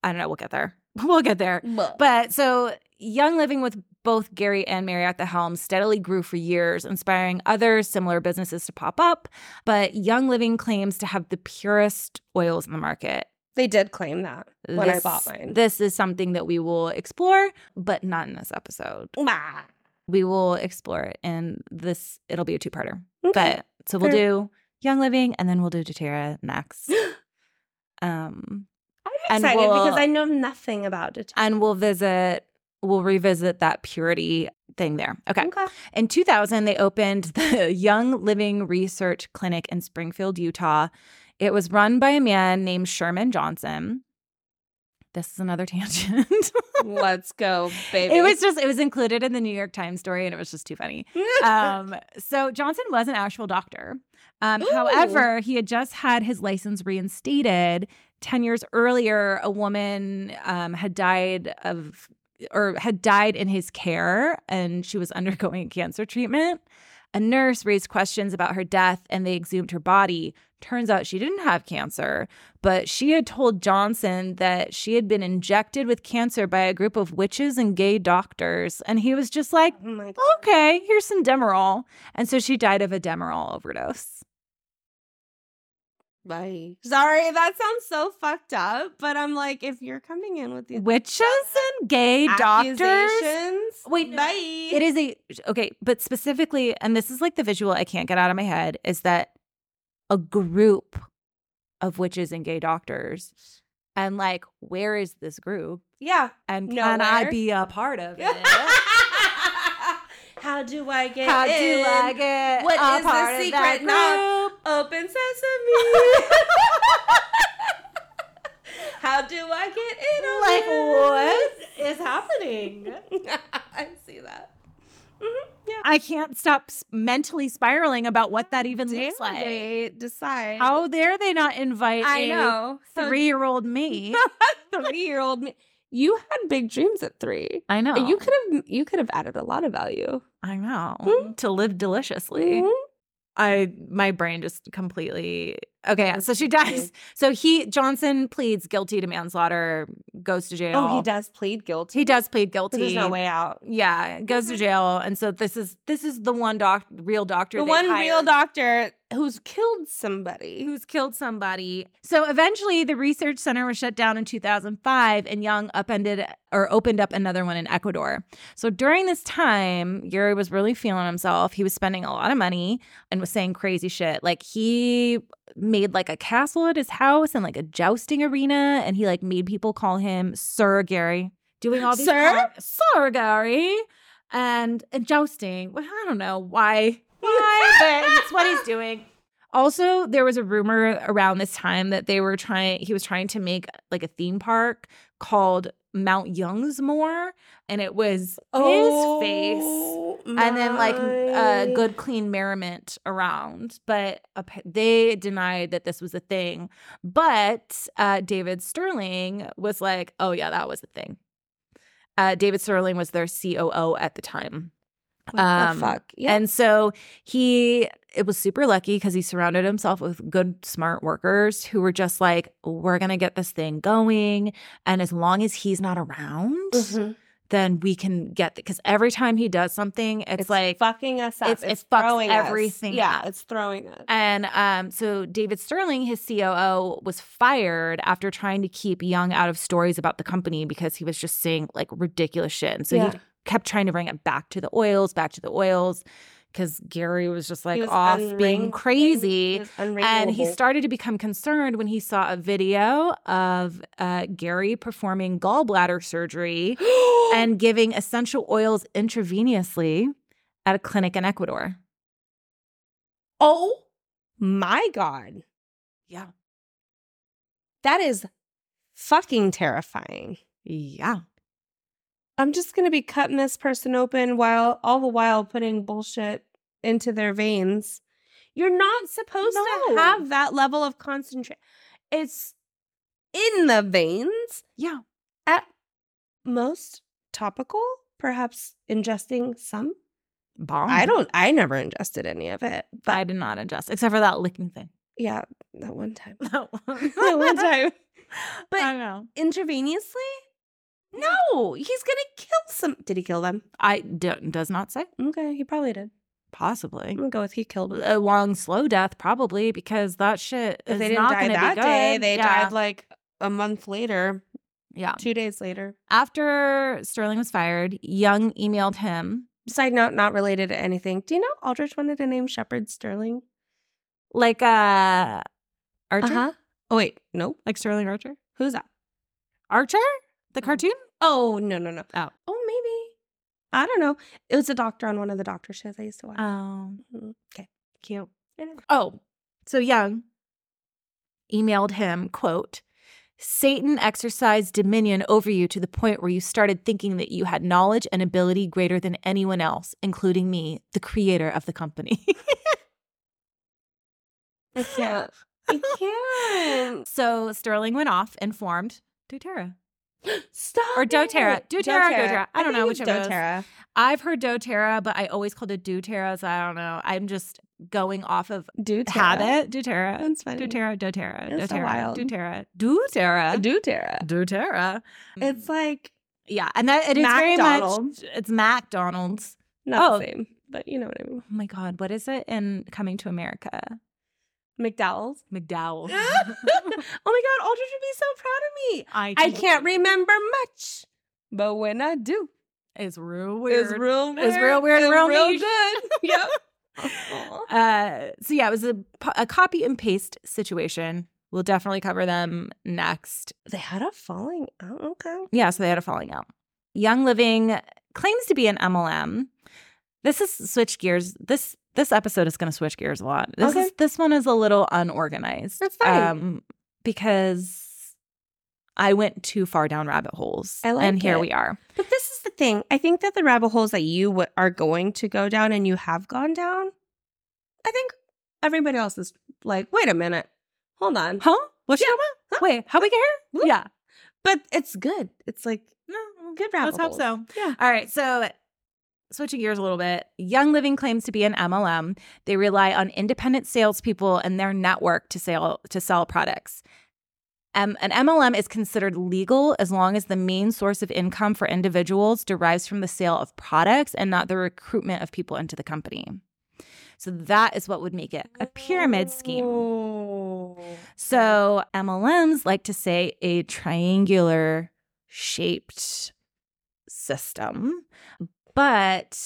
I don't know, we'll get there. We'll get there.
but
But so Young Living with both Gary and Mary at the helm steadily grew for years, inspiring other similar businesses to pop up. But Young Living claims to have the purest oils in the market
they did claim that when I
this-
bought mine.
This is something that we will explore, but not in this episode.
Bah.
We will explore it and this it'll be a two-parter.
Okay.
But so we'll
Fair.
do Young Living and then we'll do Datera next. um
I'm
and
excited
we'll-
because I know nothing about it.
and we'll visit we'll revisit that purity thing there.
Mm-hmm.
Okay. In 2000, they opened the Young Living Research Clinic in Springfield, Utah. It was run by a man named Sherman Johnson. This is another tangent.
Let's go, baby.
It was just it was included in the New York Times story, and it was just too funny. Um, so Johnson was an actual doctor. Um,
Ooh.
however, he had just had his license reinstated ten years earlier. A woman um, had died of or had died in his care, and she was undergoing cancer treatment. A nurse raised questions about her death, and they exhumed her body. Turns out she didn't have cancer, but she had told Johnson that she had been injected with cancer by a group of witches and gay doctors. And he was just like,
oh my god.
okay, here's some Demerol. And so she died of a Demerol overdose.
Bye. Sorry, that sounds so fucked up, but I'm like, if you're coming in with these
Witches and gay doctors.
accusations,
Wait,
bye.
It is a, okay, but specifically, and this is like the visual I can't get out of my head, is that a group of witches and gay doctors. And like, where is this group?
yeah.
And can I
Nowhere.
be a part of it?
How do I get
How
in?
do I get
What
a
is the
part of that
secret knob?
group?
Open sesame. How do I get in?
Like,
on this?
what is happening?
I see that. Mhm, Yeah.
I can't stop s- mentally spiraling about what that even looks like.
They decide.
How dare they not invite
I know.
three year old me?
three year old me. You had big dreams at three.
I know.
You could have you could have added a lot of value. Mm-hmm.
I know.
Hmm?
To live deliciously. I my brain just completely Okay, so she dies. So he Johnson pleads guilty to manslaughter, goes to jail.
Oh, he does plead guilty.
He does plead guilty.
There's no way out.
Yeah, goes to jail, and so this is this is the one doc, real doctor,
The
they
one
hired
real doctor who's killed somebody.
who's killed somebody. So eventually, the research center was shut down in 2005, and Young upended or opened up another one in Ecuador. So during this time, Yuri was really feeling himself. He was spending a lot of money and was saying crazy shit. Like he made like a castle at his house and like a jousting arena, and he like made people call him Sir Gary. Doing all these
Sir?
Sir Gary. And, and jousting. Well, I don't know why. Why? but it's what he's doing. Also, there was a rumor around this time that they were trying he was trying to make like a theme park called Mount Youngsmore and it was his face and then like uh,
Oh my-
good clean merriment around but appa- they denied that this was a thing but uh, david sterling was like oh yeah that was a thing uh, david sterling was their coo at the time
What the
um,
fuck? Yeah.
and so he it was super lucky because he surrounded himself with good, smart workers who were just like, we're gonna get this thing going. And as long as he's not around,
Mhm.
then we can get because every time he does something, it's,
It's
like
fucking us up.
it's-
It's,
it fucks
throwing us.
everything
Yeah,
up.
it's throwing us.
and um, so David Sterling, his COO, was fired after trying to keep Young out of stories about the company because he was just saying like ridiculous shit. And so
Yeah.
he kept trying to bring it back to the oils, back to the oils, because Gary was just like
He was
off being
unring-
crazy.
he was unringable.
And he started to become concerned when he saw a video of uh, Gary performing gallbladder surgery and giving essential oils intravenously at a clinic in Ecuador.
oh my god,
Yeah.
that is fucking terrifying.
Yeah.
I'm just gonna be cutting this person open while all the while putting bullshit into their veins. You're not supposed to
No.
have that level of concentration. It's in the veins.
Yeah.
At most topical, perhaps ingesting some.
Bomb.
I don't. I never ingested any of it, but
Uh-huh. I did not ingest, except for that licking thing.
yeah, that one time.
That
that one
one
time.
But
I
know.
Intravenously? No, he's gonna kill some. Did he kill them?
I don't, does not say.
Okay, he probably did.
Possibly.
I'm gonna go with he killed. them.
A long, slow death, probably, because that shit
If
is
they didn't
not
die
gonna
that
be good.
day, they
Yeah.
died like a month later,
Yeah.
two days later.
After Sterling was fired, Young emailed him
Side note, not related to anything. Do you know Aldrich wanted to name Shepard Sterling?
like uh Archer,
Oh wait, nope.
like Sterling Archer.
Who's that?
Archer, the cartoon.
Oh no no no.
Oh.
oh maybe. I don't know. It was a doctor on one of the doctor shows I used to watch.
Oh,
Mhm. okay.
cute.
I know.
Oh, so Young emailed him quote. Satan exercised dominion over you to the point where you started thinking that you had knowledge and ability greater than anyone else, including me, the creator of the company.
I can't. I can't.
so Sterling went off and formed doTERRA.
Stop.
Or doTERRA.
it.
doTERRA, doTERRA. I don't know
think
which
it's
of those.
doTERRA.
I've heard doTERRA, but I always called it doTERRA, so I don't know. I'm just going off of
doTERRA.
habit. doTERRA.
That's funny.
doTERRA, doTERRA,
That's so
doTERRA,
wild.
doTERRA, doTERRA,
doTERRA. Mm.
doTERRA.
It's like
yeah, and that it is very
MacDonald's.
much it's McDonald's.
not
Oh.
the same, but you know what I mean.
Oh my God, what is it in Coming to America?
McDowell's.
McDowell.
oh my God, Aldrich would be so proud of me. I can't remember much, but when I do,
It's real weird.
it's real weird.
It's real weird,
It's
real
real
niche.
good. yep.
uh, so yeah, it was a, po- a copy and paste situation. We'll definitely cover them next.
They had a falling out. Okay.
Yeah, so they had a falling out. Young Living claims to be an MLM. This is switch gears. This this episode is going to switch gears a lot. This
Okay.
is this one is a little unorganized.
That's fine.
Um, because I went too far down rabbit holes.
I like
and here
it.
we are.
But this is the thing. I think that the rabbit holes that you w- are going to go down and you have gone down, I think everybody else is like, wait a minute, hold on.
Huh? What's
Yeah.
your
Huh?
Wait, how we get
Huh?
here? Yeah.
But it's good. It's like
No, mm,
good rabbit
let's hope
holes.
so.
Yeah.
All right. So switching gears a little bit, Young Living claims to be an MLM. They rely on independent salespeople and their network to sell to sell products. Um, an MLM is considered legal as long as the main source of income for individuals derives from the sale of products and not the recruitment of people into the company. So that is what would make it a pyramid scheme. So MLMs like to say a triangular shaped system, but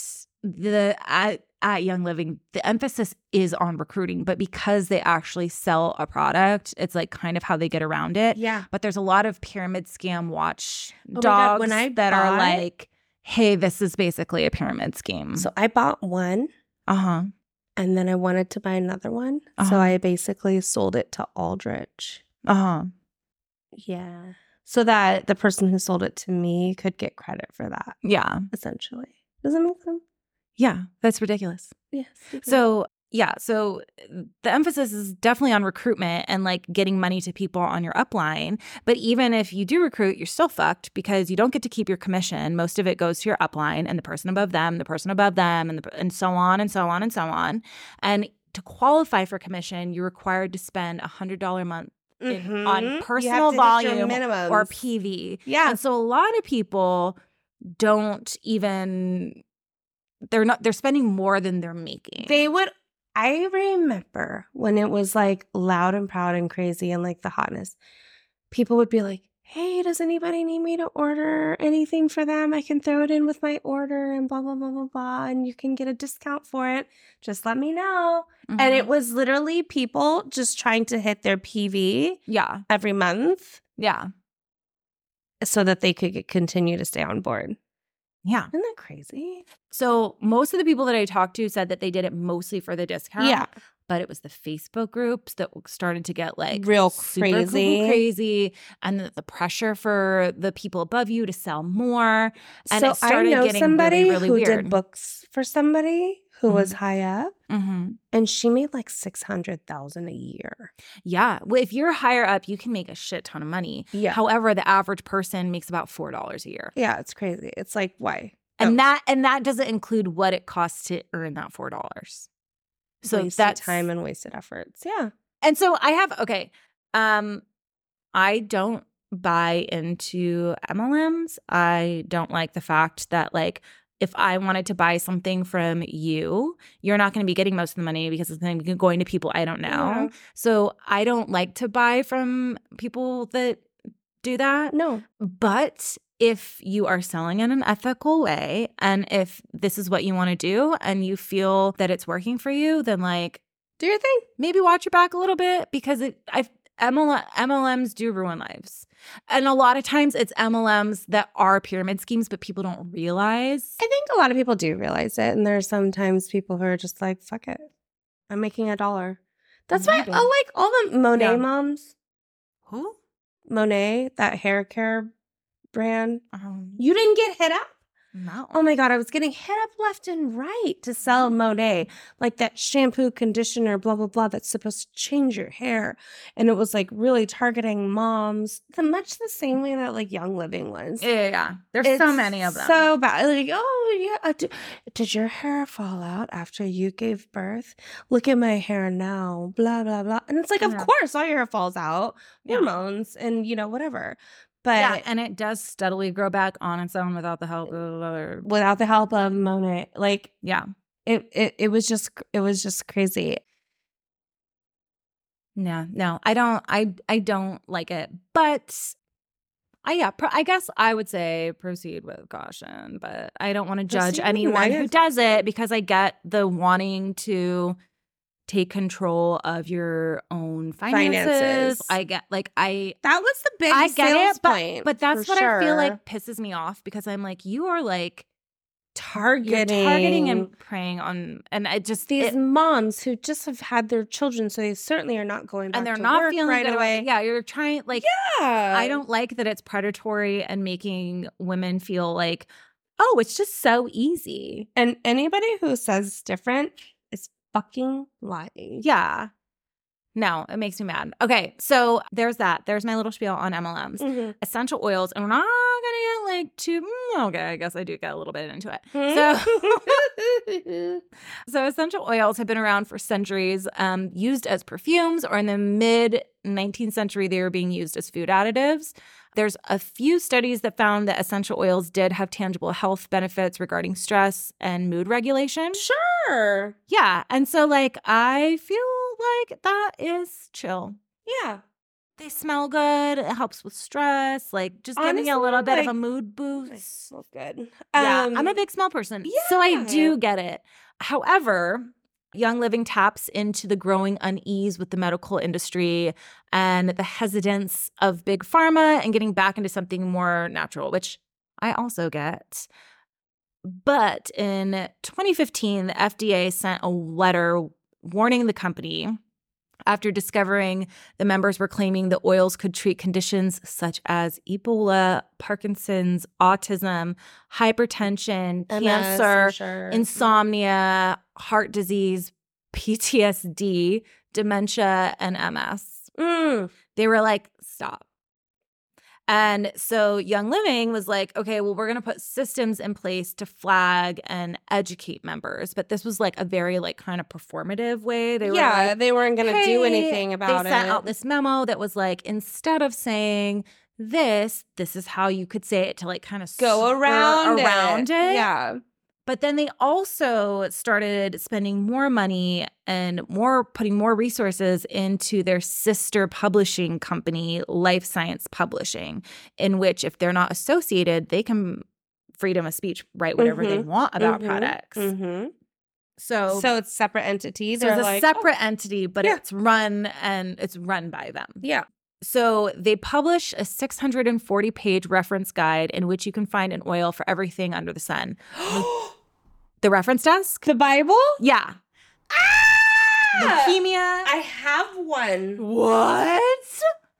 the at, at Young Living, the emphasis is on recruiting, but because they actually sell a product, it's like kind of how they get around it.
Yeah. Oh
But there's a lot of pyramid scam watch
my
dogs
God, when I
that are
bought-
like, hey, this is basically a pyramid scheme.
So I bought one
uh huh.
and then I wanted to buy another one.
Uh-huh.
So I basically sold it to Aldrich.
Uh huh.
Yeah. So that the person who sold it to me could get credit for that,
Yeah.
essentially. Does that make sense?
Yeah. That's ridiculous.
Yes.
So, yeah, so uh, the emphasis is definitely on recruitment and like getting money to people on your upline. But even if you do recruit, you're still fucked because you don't get to keep your commission. Most of it goes to your upline and the person above them, the person above them, and, the, and so on and so on and so on. And to qualify for commission, you're required to spend $100 a month in-
Mm-hmm.
on personal volume or PV.
Yeah.
And so a lot of people don't even they're not they're spending more than they're making.
They would. I remember when it was like loud and proud and crazy and like the hotness. People would be like, "Hey, does anybody need me to order anything for them? I can throw it in with my order and blah blah blah blah blah, and you can get a discount for it. Just let me know." And
Mm-hmm.
it was literally people just trying to hit their PV
yeah,
every month
Mm-hmm. yeah,
so that they could get, continue to stay on board.
yeah.
Isn't that crazy?
So most of the people that I talked to said that they did it mostly for the discount.
Yeah.
but it was the Facebook groups that started to get like
Real
super cuckoo
crazy.
crazy, and the, the pressure for the people above you to sell more. And
so
it started
I know
getting
somebody
really, really
who
weird.
did books for somebody who was high up,
Mm-hmm.
and she made like six hundred thousand a year.
Yeah, well, if you're higher up, you can make a shit ton of money.
Yeah,
However, the average person makes about four dollars a year,
yeah, it's crazy. It's like why?
and
Oh.
that and that doesn't include what it costs to earn that four dollars. So
wasted
that's
time and wasted efforts. Yeah,
and so I have okay. Um, I don't buy into MLMs. I don't like the fact that like if I wanted to buy something from you, you're not going to be getting most of the money because it's going to be going to people I don't know.
Yeah.
So I don't like to buy from people that do that.
no,
But if you are selling in an ethical way and if this is what you want to do and you feel that it's working for you, then like
do your thing.
maybe watch your back a little bit because it I ML, MLMs do ruin lives. And a lot of times it's MLMs that are pyramid schemes but people don't realize.
I think a lot of people do realize it, and there are sometimes people who are just like, "Fuck it, I'm making a dollar." That's why I
Maybe.
like all the Monet
Yeah.
moms,
Who?
Monet that hair care brand. You didn't get hit up.
no.
Oh my God, I was getting hit up left and right to sell
Mm-hmm.
Monet, like that shampoo, conditioner, blah, blah, blah, that's supposed to change your hair. And it was like really targeting moms, the much the same way that like Young Living was.
Yeah, yeah, yeah. There's so
It's
many of them.
So bad. Like, oh, yeah. uh, d- Did your hair fall out after you gave birth? Look at my hair now. Blah, blah, blah. And it's like, of
Yeah.
course, all your hair falls out,
Yeah.
hormones, and you know, whatever. But
yeah, and it does steadily grow back on its own without the help of other
without the help of Monet, like,
yeah.
it, it it was just it was just crazy.
No, no, I don't. I I don't like it. But I yeah, pro- I guess I would say proceed with caution. But I don't want to judge
Proceed with
anyone who
nice
does
caution.
it because I get the wanting to take control of your own finances.
Finances.
I get like I.
That was the big
I get
sales
it, but
point,
but that's
for
what I feel
sure.
like pisses me off because I'm like you are like
targeting
you're targeting and preying on, and I just
these
it-
moms who just have had their children, so they certainly are not going back
and they're
to
not
work
feeling
right
good about it.
away.
Yeah, you're trying like
yeah,
I don't like that it's predatory and making women feel like, oh, it's just so easy.
And anybody who says different is fucking lying.
Yeah. No, it makes me mad. Okay, so there's that. There's my little spiel on MLMs,
Mm. Mm-hmm.
essential oils, and we're not gonna get like too. mm, Okay, I guess I do get a little bit into it. So, so essential oils have been around for centuries, um, used as perfumes, or in the mid 19th century, they were being used as food additives. There's a few studies that found that essential oils did have tangible health benefits regarding stress and mood regulation.
sure.
Yeah. And so, like, I feel like that is chill.
Yeah.
They smell good. It helps with stress, like just giving you a
Honestly,
little bit of a
like-
mood
It
boost.
smells good.
Yeah,
Um,
I'm a big smell person. So I
yeah.
do get it. However, Young Living taps into the growing unease with the medical industry and the hesitance of big pharma and getting back into something more natural, which I also get. But in 2015, the FDA sent a letter warning the company after discovering the members were claiming the oils could treat conditions such as Ebola, Parkinson's, autism, hypertension,
MS, I'm
cancer,
sure.
insomnia, heart disease, PTSD, dementia, and MS.
Mm.
They were like, stop. And so Young Living was like, okay, well, we're going to put systems in place to flag and educate members. But this was like a very, like, kind of performative way. They were
yeah,
like,
they weren't going to do
"Hey,"
anything about
they "Oh,
it.
sent out this memo that was like, instead of saying this, this is how you could say it to like kind of
Go around,
around it.
Yeah.
But then they also started spending more money and more putting more resources into their sister publishing company, Life Science Publishing, in which if they're not associated, they can freedom of speech write whatever they
Mhm.
want about
Mhm.
products.
hmm
So, Mm-hmm. so,
So it's separate entity. They're
it's a
like, oh,
separate entity, but
Yeah.
it's run and it's run by them.
yeah.
So they publish a 640 page reference guide in which you can find an oil for everything under the sun. The reference desk?
the Bible?
Yeah. Leukemia.
I have one.
what?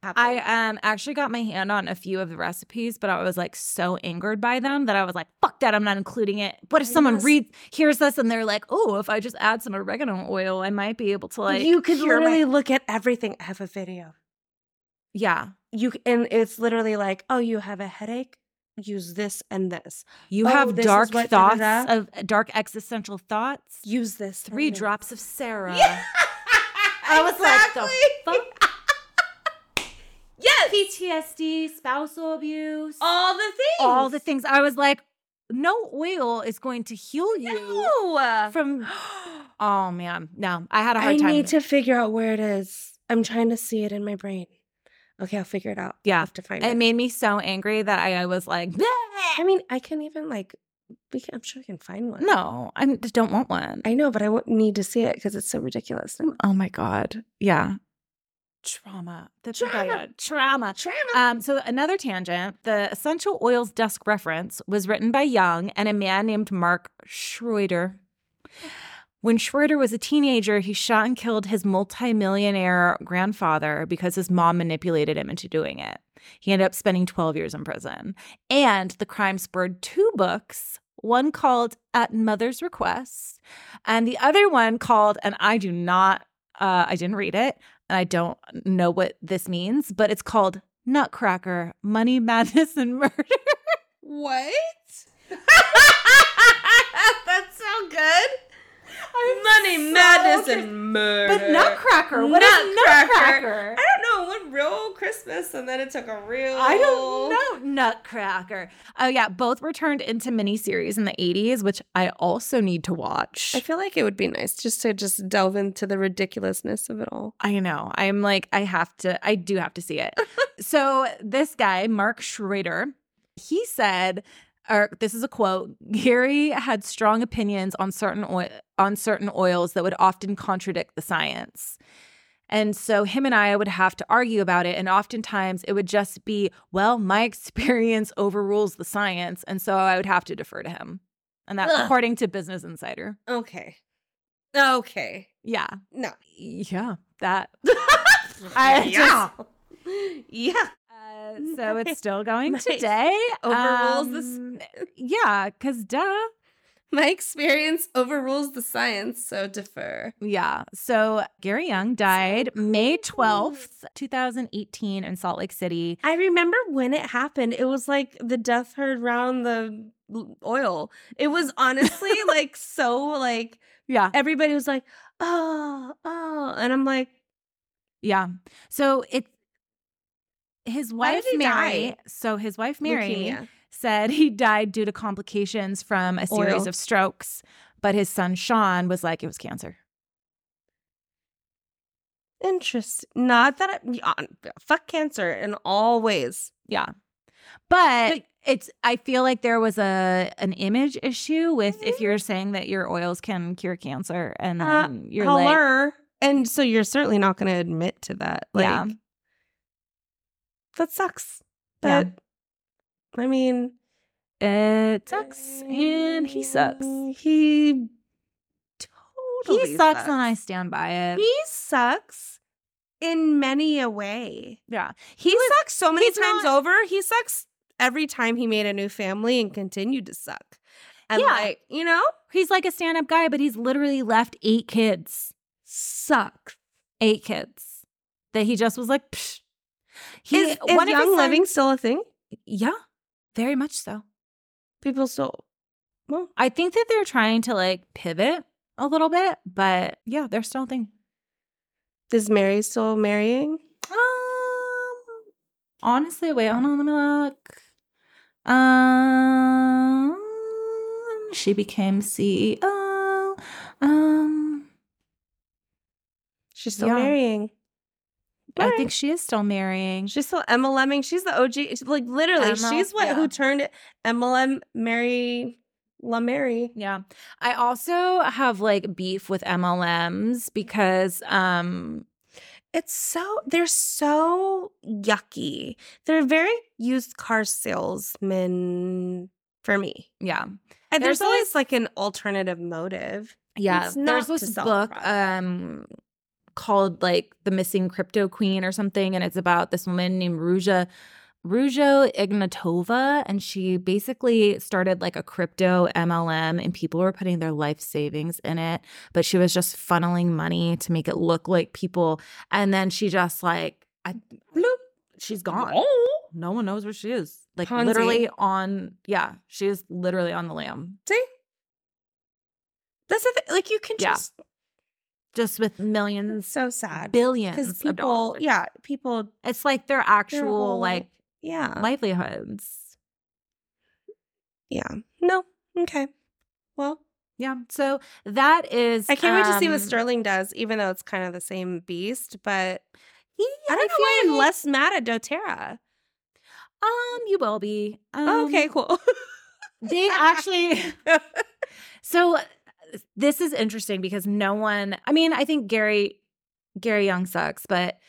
I um actually got my hand on a few of the recipes, but I was like so angered by them that I was like, fuck that, I'm not including it. What if
I
someone
must-
reads hears this and they're like, oh, if I just add some oregano oil, I might be able to like
you could
cure my-"
literally look at everything. I have a video.
Yeah.
You c- and it's literally like, oh, you have a headache. Use this and this.
You
Oh,
have
this is
dark
what-
thoughts
da, da, da.
of dark existential thoughts.
Use this. and
Three
this.
drops of Sarah.
Yeah.
I was like, the
Exactly.
fuck? PTSD, spousal abuse.
all the things.
all the things. I was like, no oil is going to heal you
No.
from. Oh man, no, I had a hard
I
time.
need to figure out where it is. I'm trying to see it in my brain. Okay, I'll figure it out.
Yeah.
I have to find
It
it.
made me so angry that I, I was like,
I mean, I can even like. We can, I'm sure we can find one.
no, I just don't want one.
I know, but I won't need to see it because it's so ridiculous. now.
oh my god, yeah, trauma. That's
Trauma.
trauma. Trauma.
Trauma.
Um, so another tangent, the essential oils desk reference was written by Young and a man named Mark Schroeder. When Schroeder was a teenager, he shot and killed his multimillionaire grandfather because his mom manipulated him into doing it. He ended up spending 12 years in prison. And the crime spurred two books, one called At Mother's Request, and the other one called, and I do not, uh, I didn't read it, and I don't know what this means, but it's called Nutcracker Money, Madness, and Murder.
What? That's so good. Money,
so
madness,
confused.
and murder.
But Nutcracker, what is
Nutcracker.
Nutcracker?
I don't know. What real Christmas, and then it took a real.
I don't know Nutcracker. Oh yeah, both were turned into miniseries in the 80s, which I also need to watch.
I feel like it would be nice just to just delve into the ridiculousness of it all.
I know. I'm like, I have to, I do have to see it. so this guy, Mark Schrader, he said, or this is a quote, Gary had strong opinions on certain oil on certain oils that would often contradict the science. And so him and I would have to argue about it. And oftentimes it would just be, well, my experience overrules the science. And so I would have to defer to him. And that's
Ugh.
according to Business Insider.
Okay. Okay.
Yeah.
No.
Yeah. That
I
Yeah.
just- yeah.
Uh, so it's still going
Nice.
today.
Overrules the s-
Um, Yeah, because duh.
My experience overrules the science, so defer.
Yeah. So Gary Young died May 12th, 2018, in Salt Lake City.
I remember when it happened. It was like the death herd round the l- oil. It was honestly like so like
Yeah.
everybody was like, oh, oh, and I'm like,
Yeah. So it, his wife
did he
Mary.
die?
So his wife Mary
leukemia.
said he died due to complications from a series
Oil.
of strokes, but his son Sean was like, it was cancer.
Interesting. Not that I, yeah, fuck cancer in all ways.
Yeah. But it's I feel like there was a an image issue with if you're saying that your oils can cure cancer and then
Mm-hmm. Uh,
you're
Holler.
like
and so you're certainly not going to admit to that. Like,
Yeah.
that sucks.
Yeah.
But I mean,
it sucks and he sucks.
He
He
totally
sucks, and I stand by it.
He sucks in many a way.
yeah.
He,
was-
sucks so many
he's
times
not-
over. He sucks every time he made a new family and continued to suck. And
Yeah.
like, you know,
He's like a stand-up guy, but he's literally left eight kids.
sucks.
Eight kids. That he just was like, Psh. He
Is, is
one of his
Young
sons-
Living still a thing?
Yeah. Very much so.
People still. Well,
I think that they're trying to like pivot a little bit, but yeah, they're still a thing.
is Mary still marrying?
Um, honestly, wait, hold on, let me look. Um, she became CEO. Um,
She's still
Yeah.
marrying.
I think she is still marrying.
She's still Emma Lemming. She's the OG. She's like literally,
Emma,
she's what
yeah.
who turned Emma Lem Mary La Mary.
Yeah. I also have like beef with MLMs because um
It's so they're so yucky. They're very used car salesmen for me.
yeah.
And there's,
There's
always
always-
like an alternative motive.
Yeah,
It's
there's
not to
this
sell
book
products.
um called like The Missing Crypto Queen or something and it's about this woman named Ruja Rujo Ignatova and she basically started like a crypto MLM and people were putting their life savings in it but she was just funneling money to make it look like people and then she just like I, bloop, she's gone. No one knows where she is. Like
Ponzi.
literally on yeah, she is literally on the lam.
See? That's the thing. Like you can
Yeah.
just
Just with millions
it's so sad.
billions
Because
of
people
dollars.
yeah, people
it's like their
they're
actual
all-
like
yeah.
livelihoods
Yeah. No. Okay. Well,
yeah so that is
I can't wait to see what
um,
Sterling does, even though it's kind of the same beast. But
yeah,
I don't know
feel
why I'm
like-
less mad at DoTerra.
um you will be um,
Oh, okay, cool.
they actually so uh, this is interesting because no one i mean i think gary gary young sucks but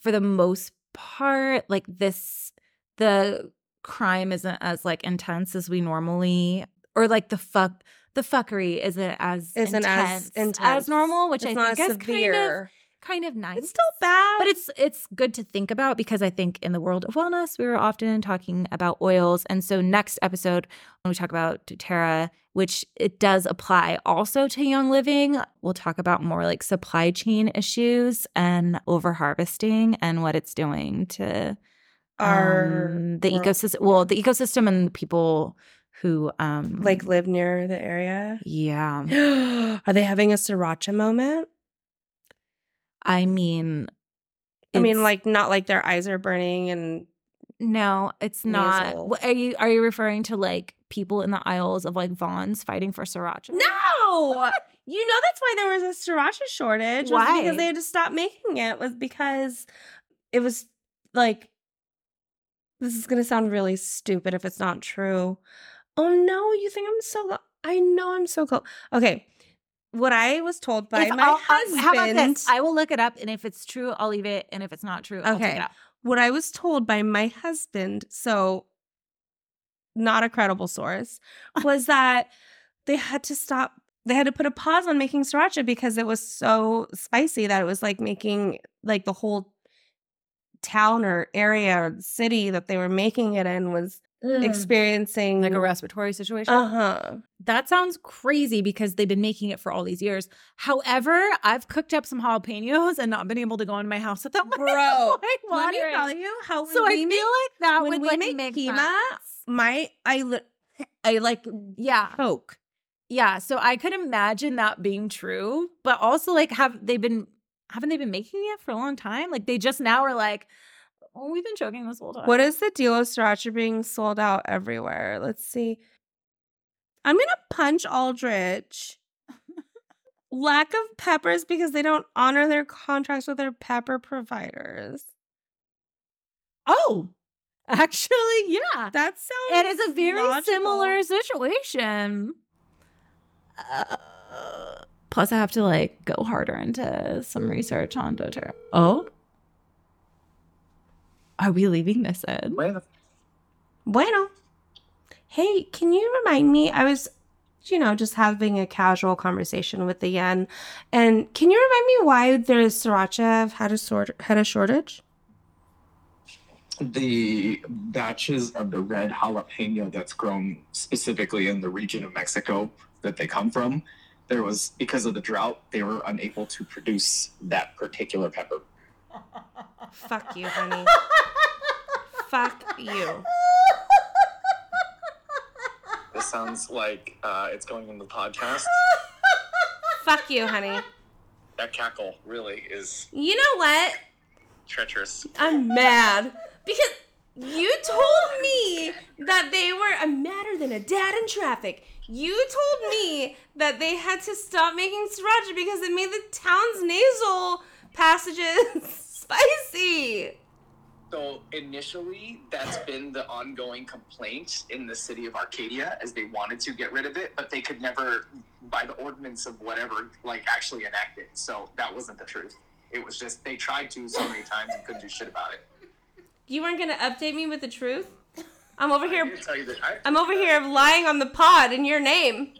for the most part like this the crime isn't as like intense as we normally or like the fuck the fuckery isn't as
Isn't
intense
as intense
as normal which
it's
i
not
think
as
is
severe.
kind of kind of nice.
it's still bad,
but it's it's good to think about because I think in the world of wellness, we were often talking about oils. And so next episode, when we talk about doTERRA, which it does apply also to young living, we'll talk about more like supply chain issues and over harvesting and what it's doing to
our
um, the
world.
ecosystem. Well, the ecosystem and the people who um
like live near the area.
yeah. Mm.
Are they having a sriracha moment?
I mean
I mean,
it's-
like not like their eyes are burning and
No, it's not.
Nasal.
Wh- Are you are you referring to like people in the aisles of like Vons fighting for sriracha?
no. You know that's why there was a sriracha shortage. was
Why?
Because they had to stop making it. Was because it was like this is gonna sound really stupid if it's not true. Oh no, you think I'm so? Go- I know I'm so cold. Okay, what I was told by
If
my
I'll- I'll-
husband.
how about this? I will look it up, and if it's true, I'll leave it, and if it's not true, I'll take
Okay.
it out.
what I was told by my husband, so not a credible source, was that they had to stop, they had to put a pause on making sriracha because it was so spicy that it was like making like the whole town or area or city that they were making it in was experiencing
like a respiratory situation.
Uh huh.
That sounds crazy because they've been making it for all these years. However, I've cooked up some jalapenos and not been able to go into my house without my
Bro,
like
Let me
watering.
tell you how
So I
we
feel
make
like that
when
would
we
like
make
make
keema,
sense.
my I li- I like
Yeah.
choke.
Yeah, so I could imagine that being true, but also like have they been haven't they been making it for a long time? Like they just now are like, oh, we've been choking this whole time.
What is the deal with sriracha being sold out everywhere? Let's see. I'm gonna punch Aldrich. Lack of peppers because they don't honor their contracts with their pepper providers.
oh, actually, yeah,
That sounds
it is a very
logical.
similar situation. Uh, plus, I have to like go harder into some research on doTERRA. Oh, are we leaving this in?
Bueno. Hey, can you remind me? I was, you know, just having a casual conversation with the yen. And can you remind me why there's sriracha had a sort had a shortage?
the batches of the red jalapeno that's grown specifically in the region of Mexico that they come from, there was because of the drought, they were unable to produce that particular pepper.
Fuck you, honey. Fuck you.
This sounds like uh, it's going in the podcast.
Fuck you, honey.
That cackle really is
You know what?
treacherous.
I'm mad because you told me that they were I'm madder than a dad in traffic. You told me that they had to stop making sriracha because it made the town's nasal passages spicy.
So initially, that's been the ongoing complaint in the city of Arcadia, as they wanted to get rid of it, but they could never, by the ordinance of whatever, like actually enact it. So that wasn't the truth. It was just they tried to so many times and couldn't do shit about it.
You weren't gonna update me with the truth. I'm over
I
here.
did tell you that. I,
I'm over here lying on the pod in your name.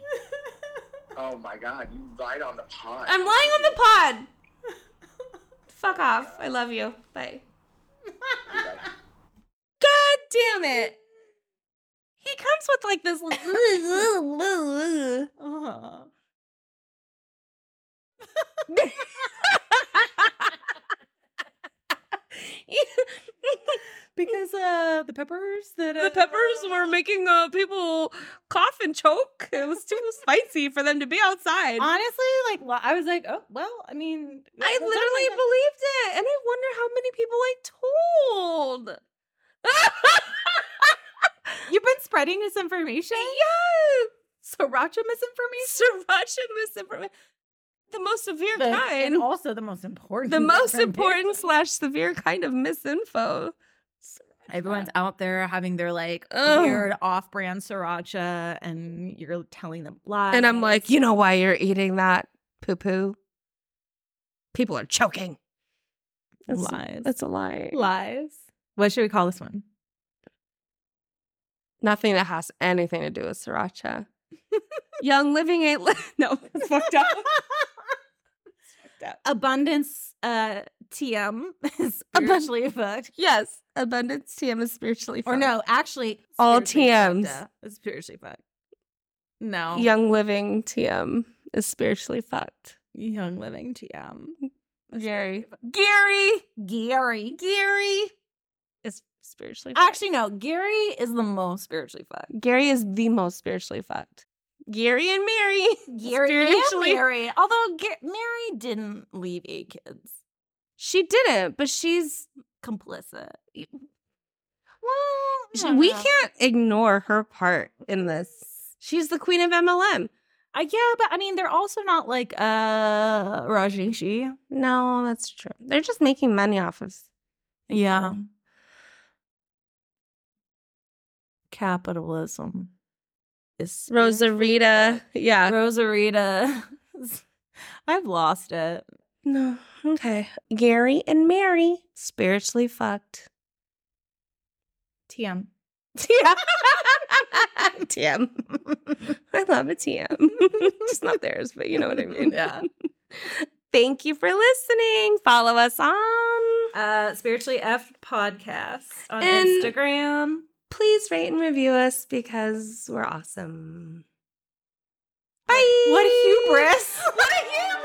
Oh my god, you lied on the pod.
I'm lying on the pod. Fuck off. I love you. Bye. God damn it. He comes with like this.
Uh-huh. Because uh, the peppers that uh,
the peppers were making uh, people cough and choke. It was too spicy for them to be outside.
honestly, like lo- I was like, oh well, I mean, that-
I
that
literally
sounds like-
believed it, and I wonder how many people I told.
you've been spreading misinformation,
yes.
sriracha misinformation,
sriracha misinformation. The most severe
The-
kind.
and also the most important,
the most
misinformation.
important slash severe kind of misinfo.
Everyone's out there having their like
Ugh.
weird off-brand sriracha, and you're telling them lies.
And I'm like, you know why you're eating that poo poo? People are choking. That's,
lies,
that's a lie.
lies. What should we call this one?
Nothing that has anything to do with sriracha. Young Living ain't li- no, it's fucked up.
Abundance uh TM is spiritually fucked.
yes, abundance TM is spiritually.
Or
fucked.
no, actually
All
spiritually
TMs.
fucked, uh, is spiritually fucked. No.
Young Living TM is spiritually fucked.
Young living TM.
Gary, Gary,
Gary.
Gary is spiritually. Fucked.
Actually, no, Gary is the most spiritually fucked.
Gary is the most spiritually fucked. Gary and Mary.
Gary and
Spiritually-
Mary. Although Ga- Mary didn't leave eight kids.
She didn't, but she's.
Complicit.
She- we can't ignore her part in this. She's the queen of MLM.
Uh, yeah, but I mean, they're also not like uh Rajnishi.
No, that's true. They're just making money off of.
Yeah. Capitalism is
Rosarita. Yeah.
Rosarita. I've lost it.
No. Okay. Gary and Mary. Spiritually fucked.
TM.
TM. TM. I love a TM. Just not theirs, but you know what I mean.
Yeah.
Thank you for listening. Follow us on.
Uh, Spiritually F podcast on
And-
Instagram.
Please rate and review us because we're awesome.
Bye.
What hubris! What a hubris!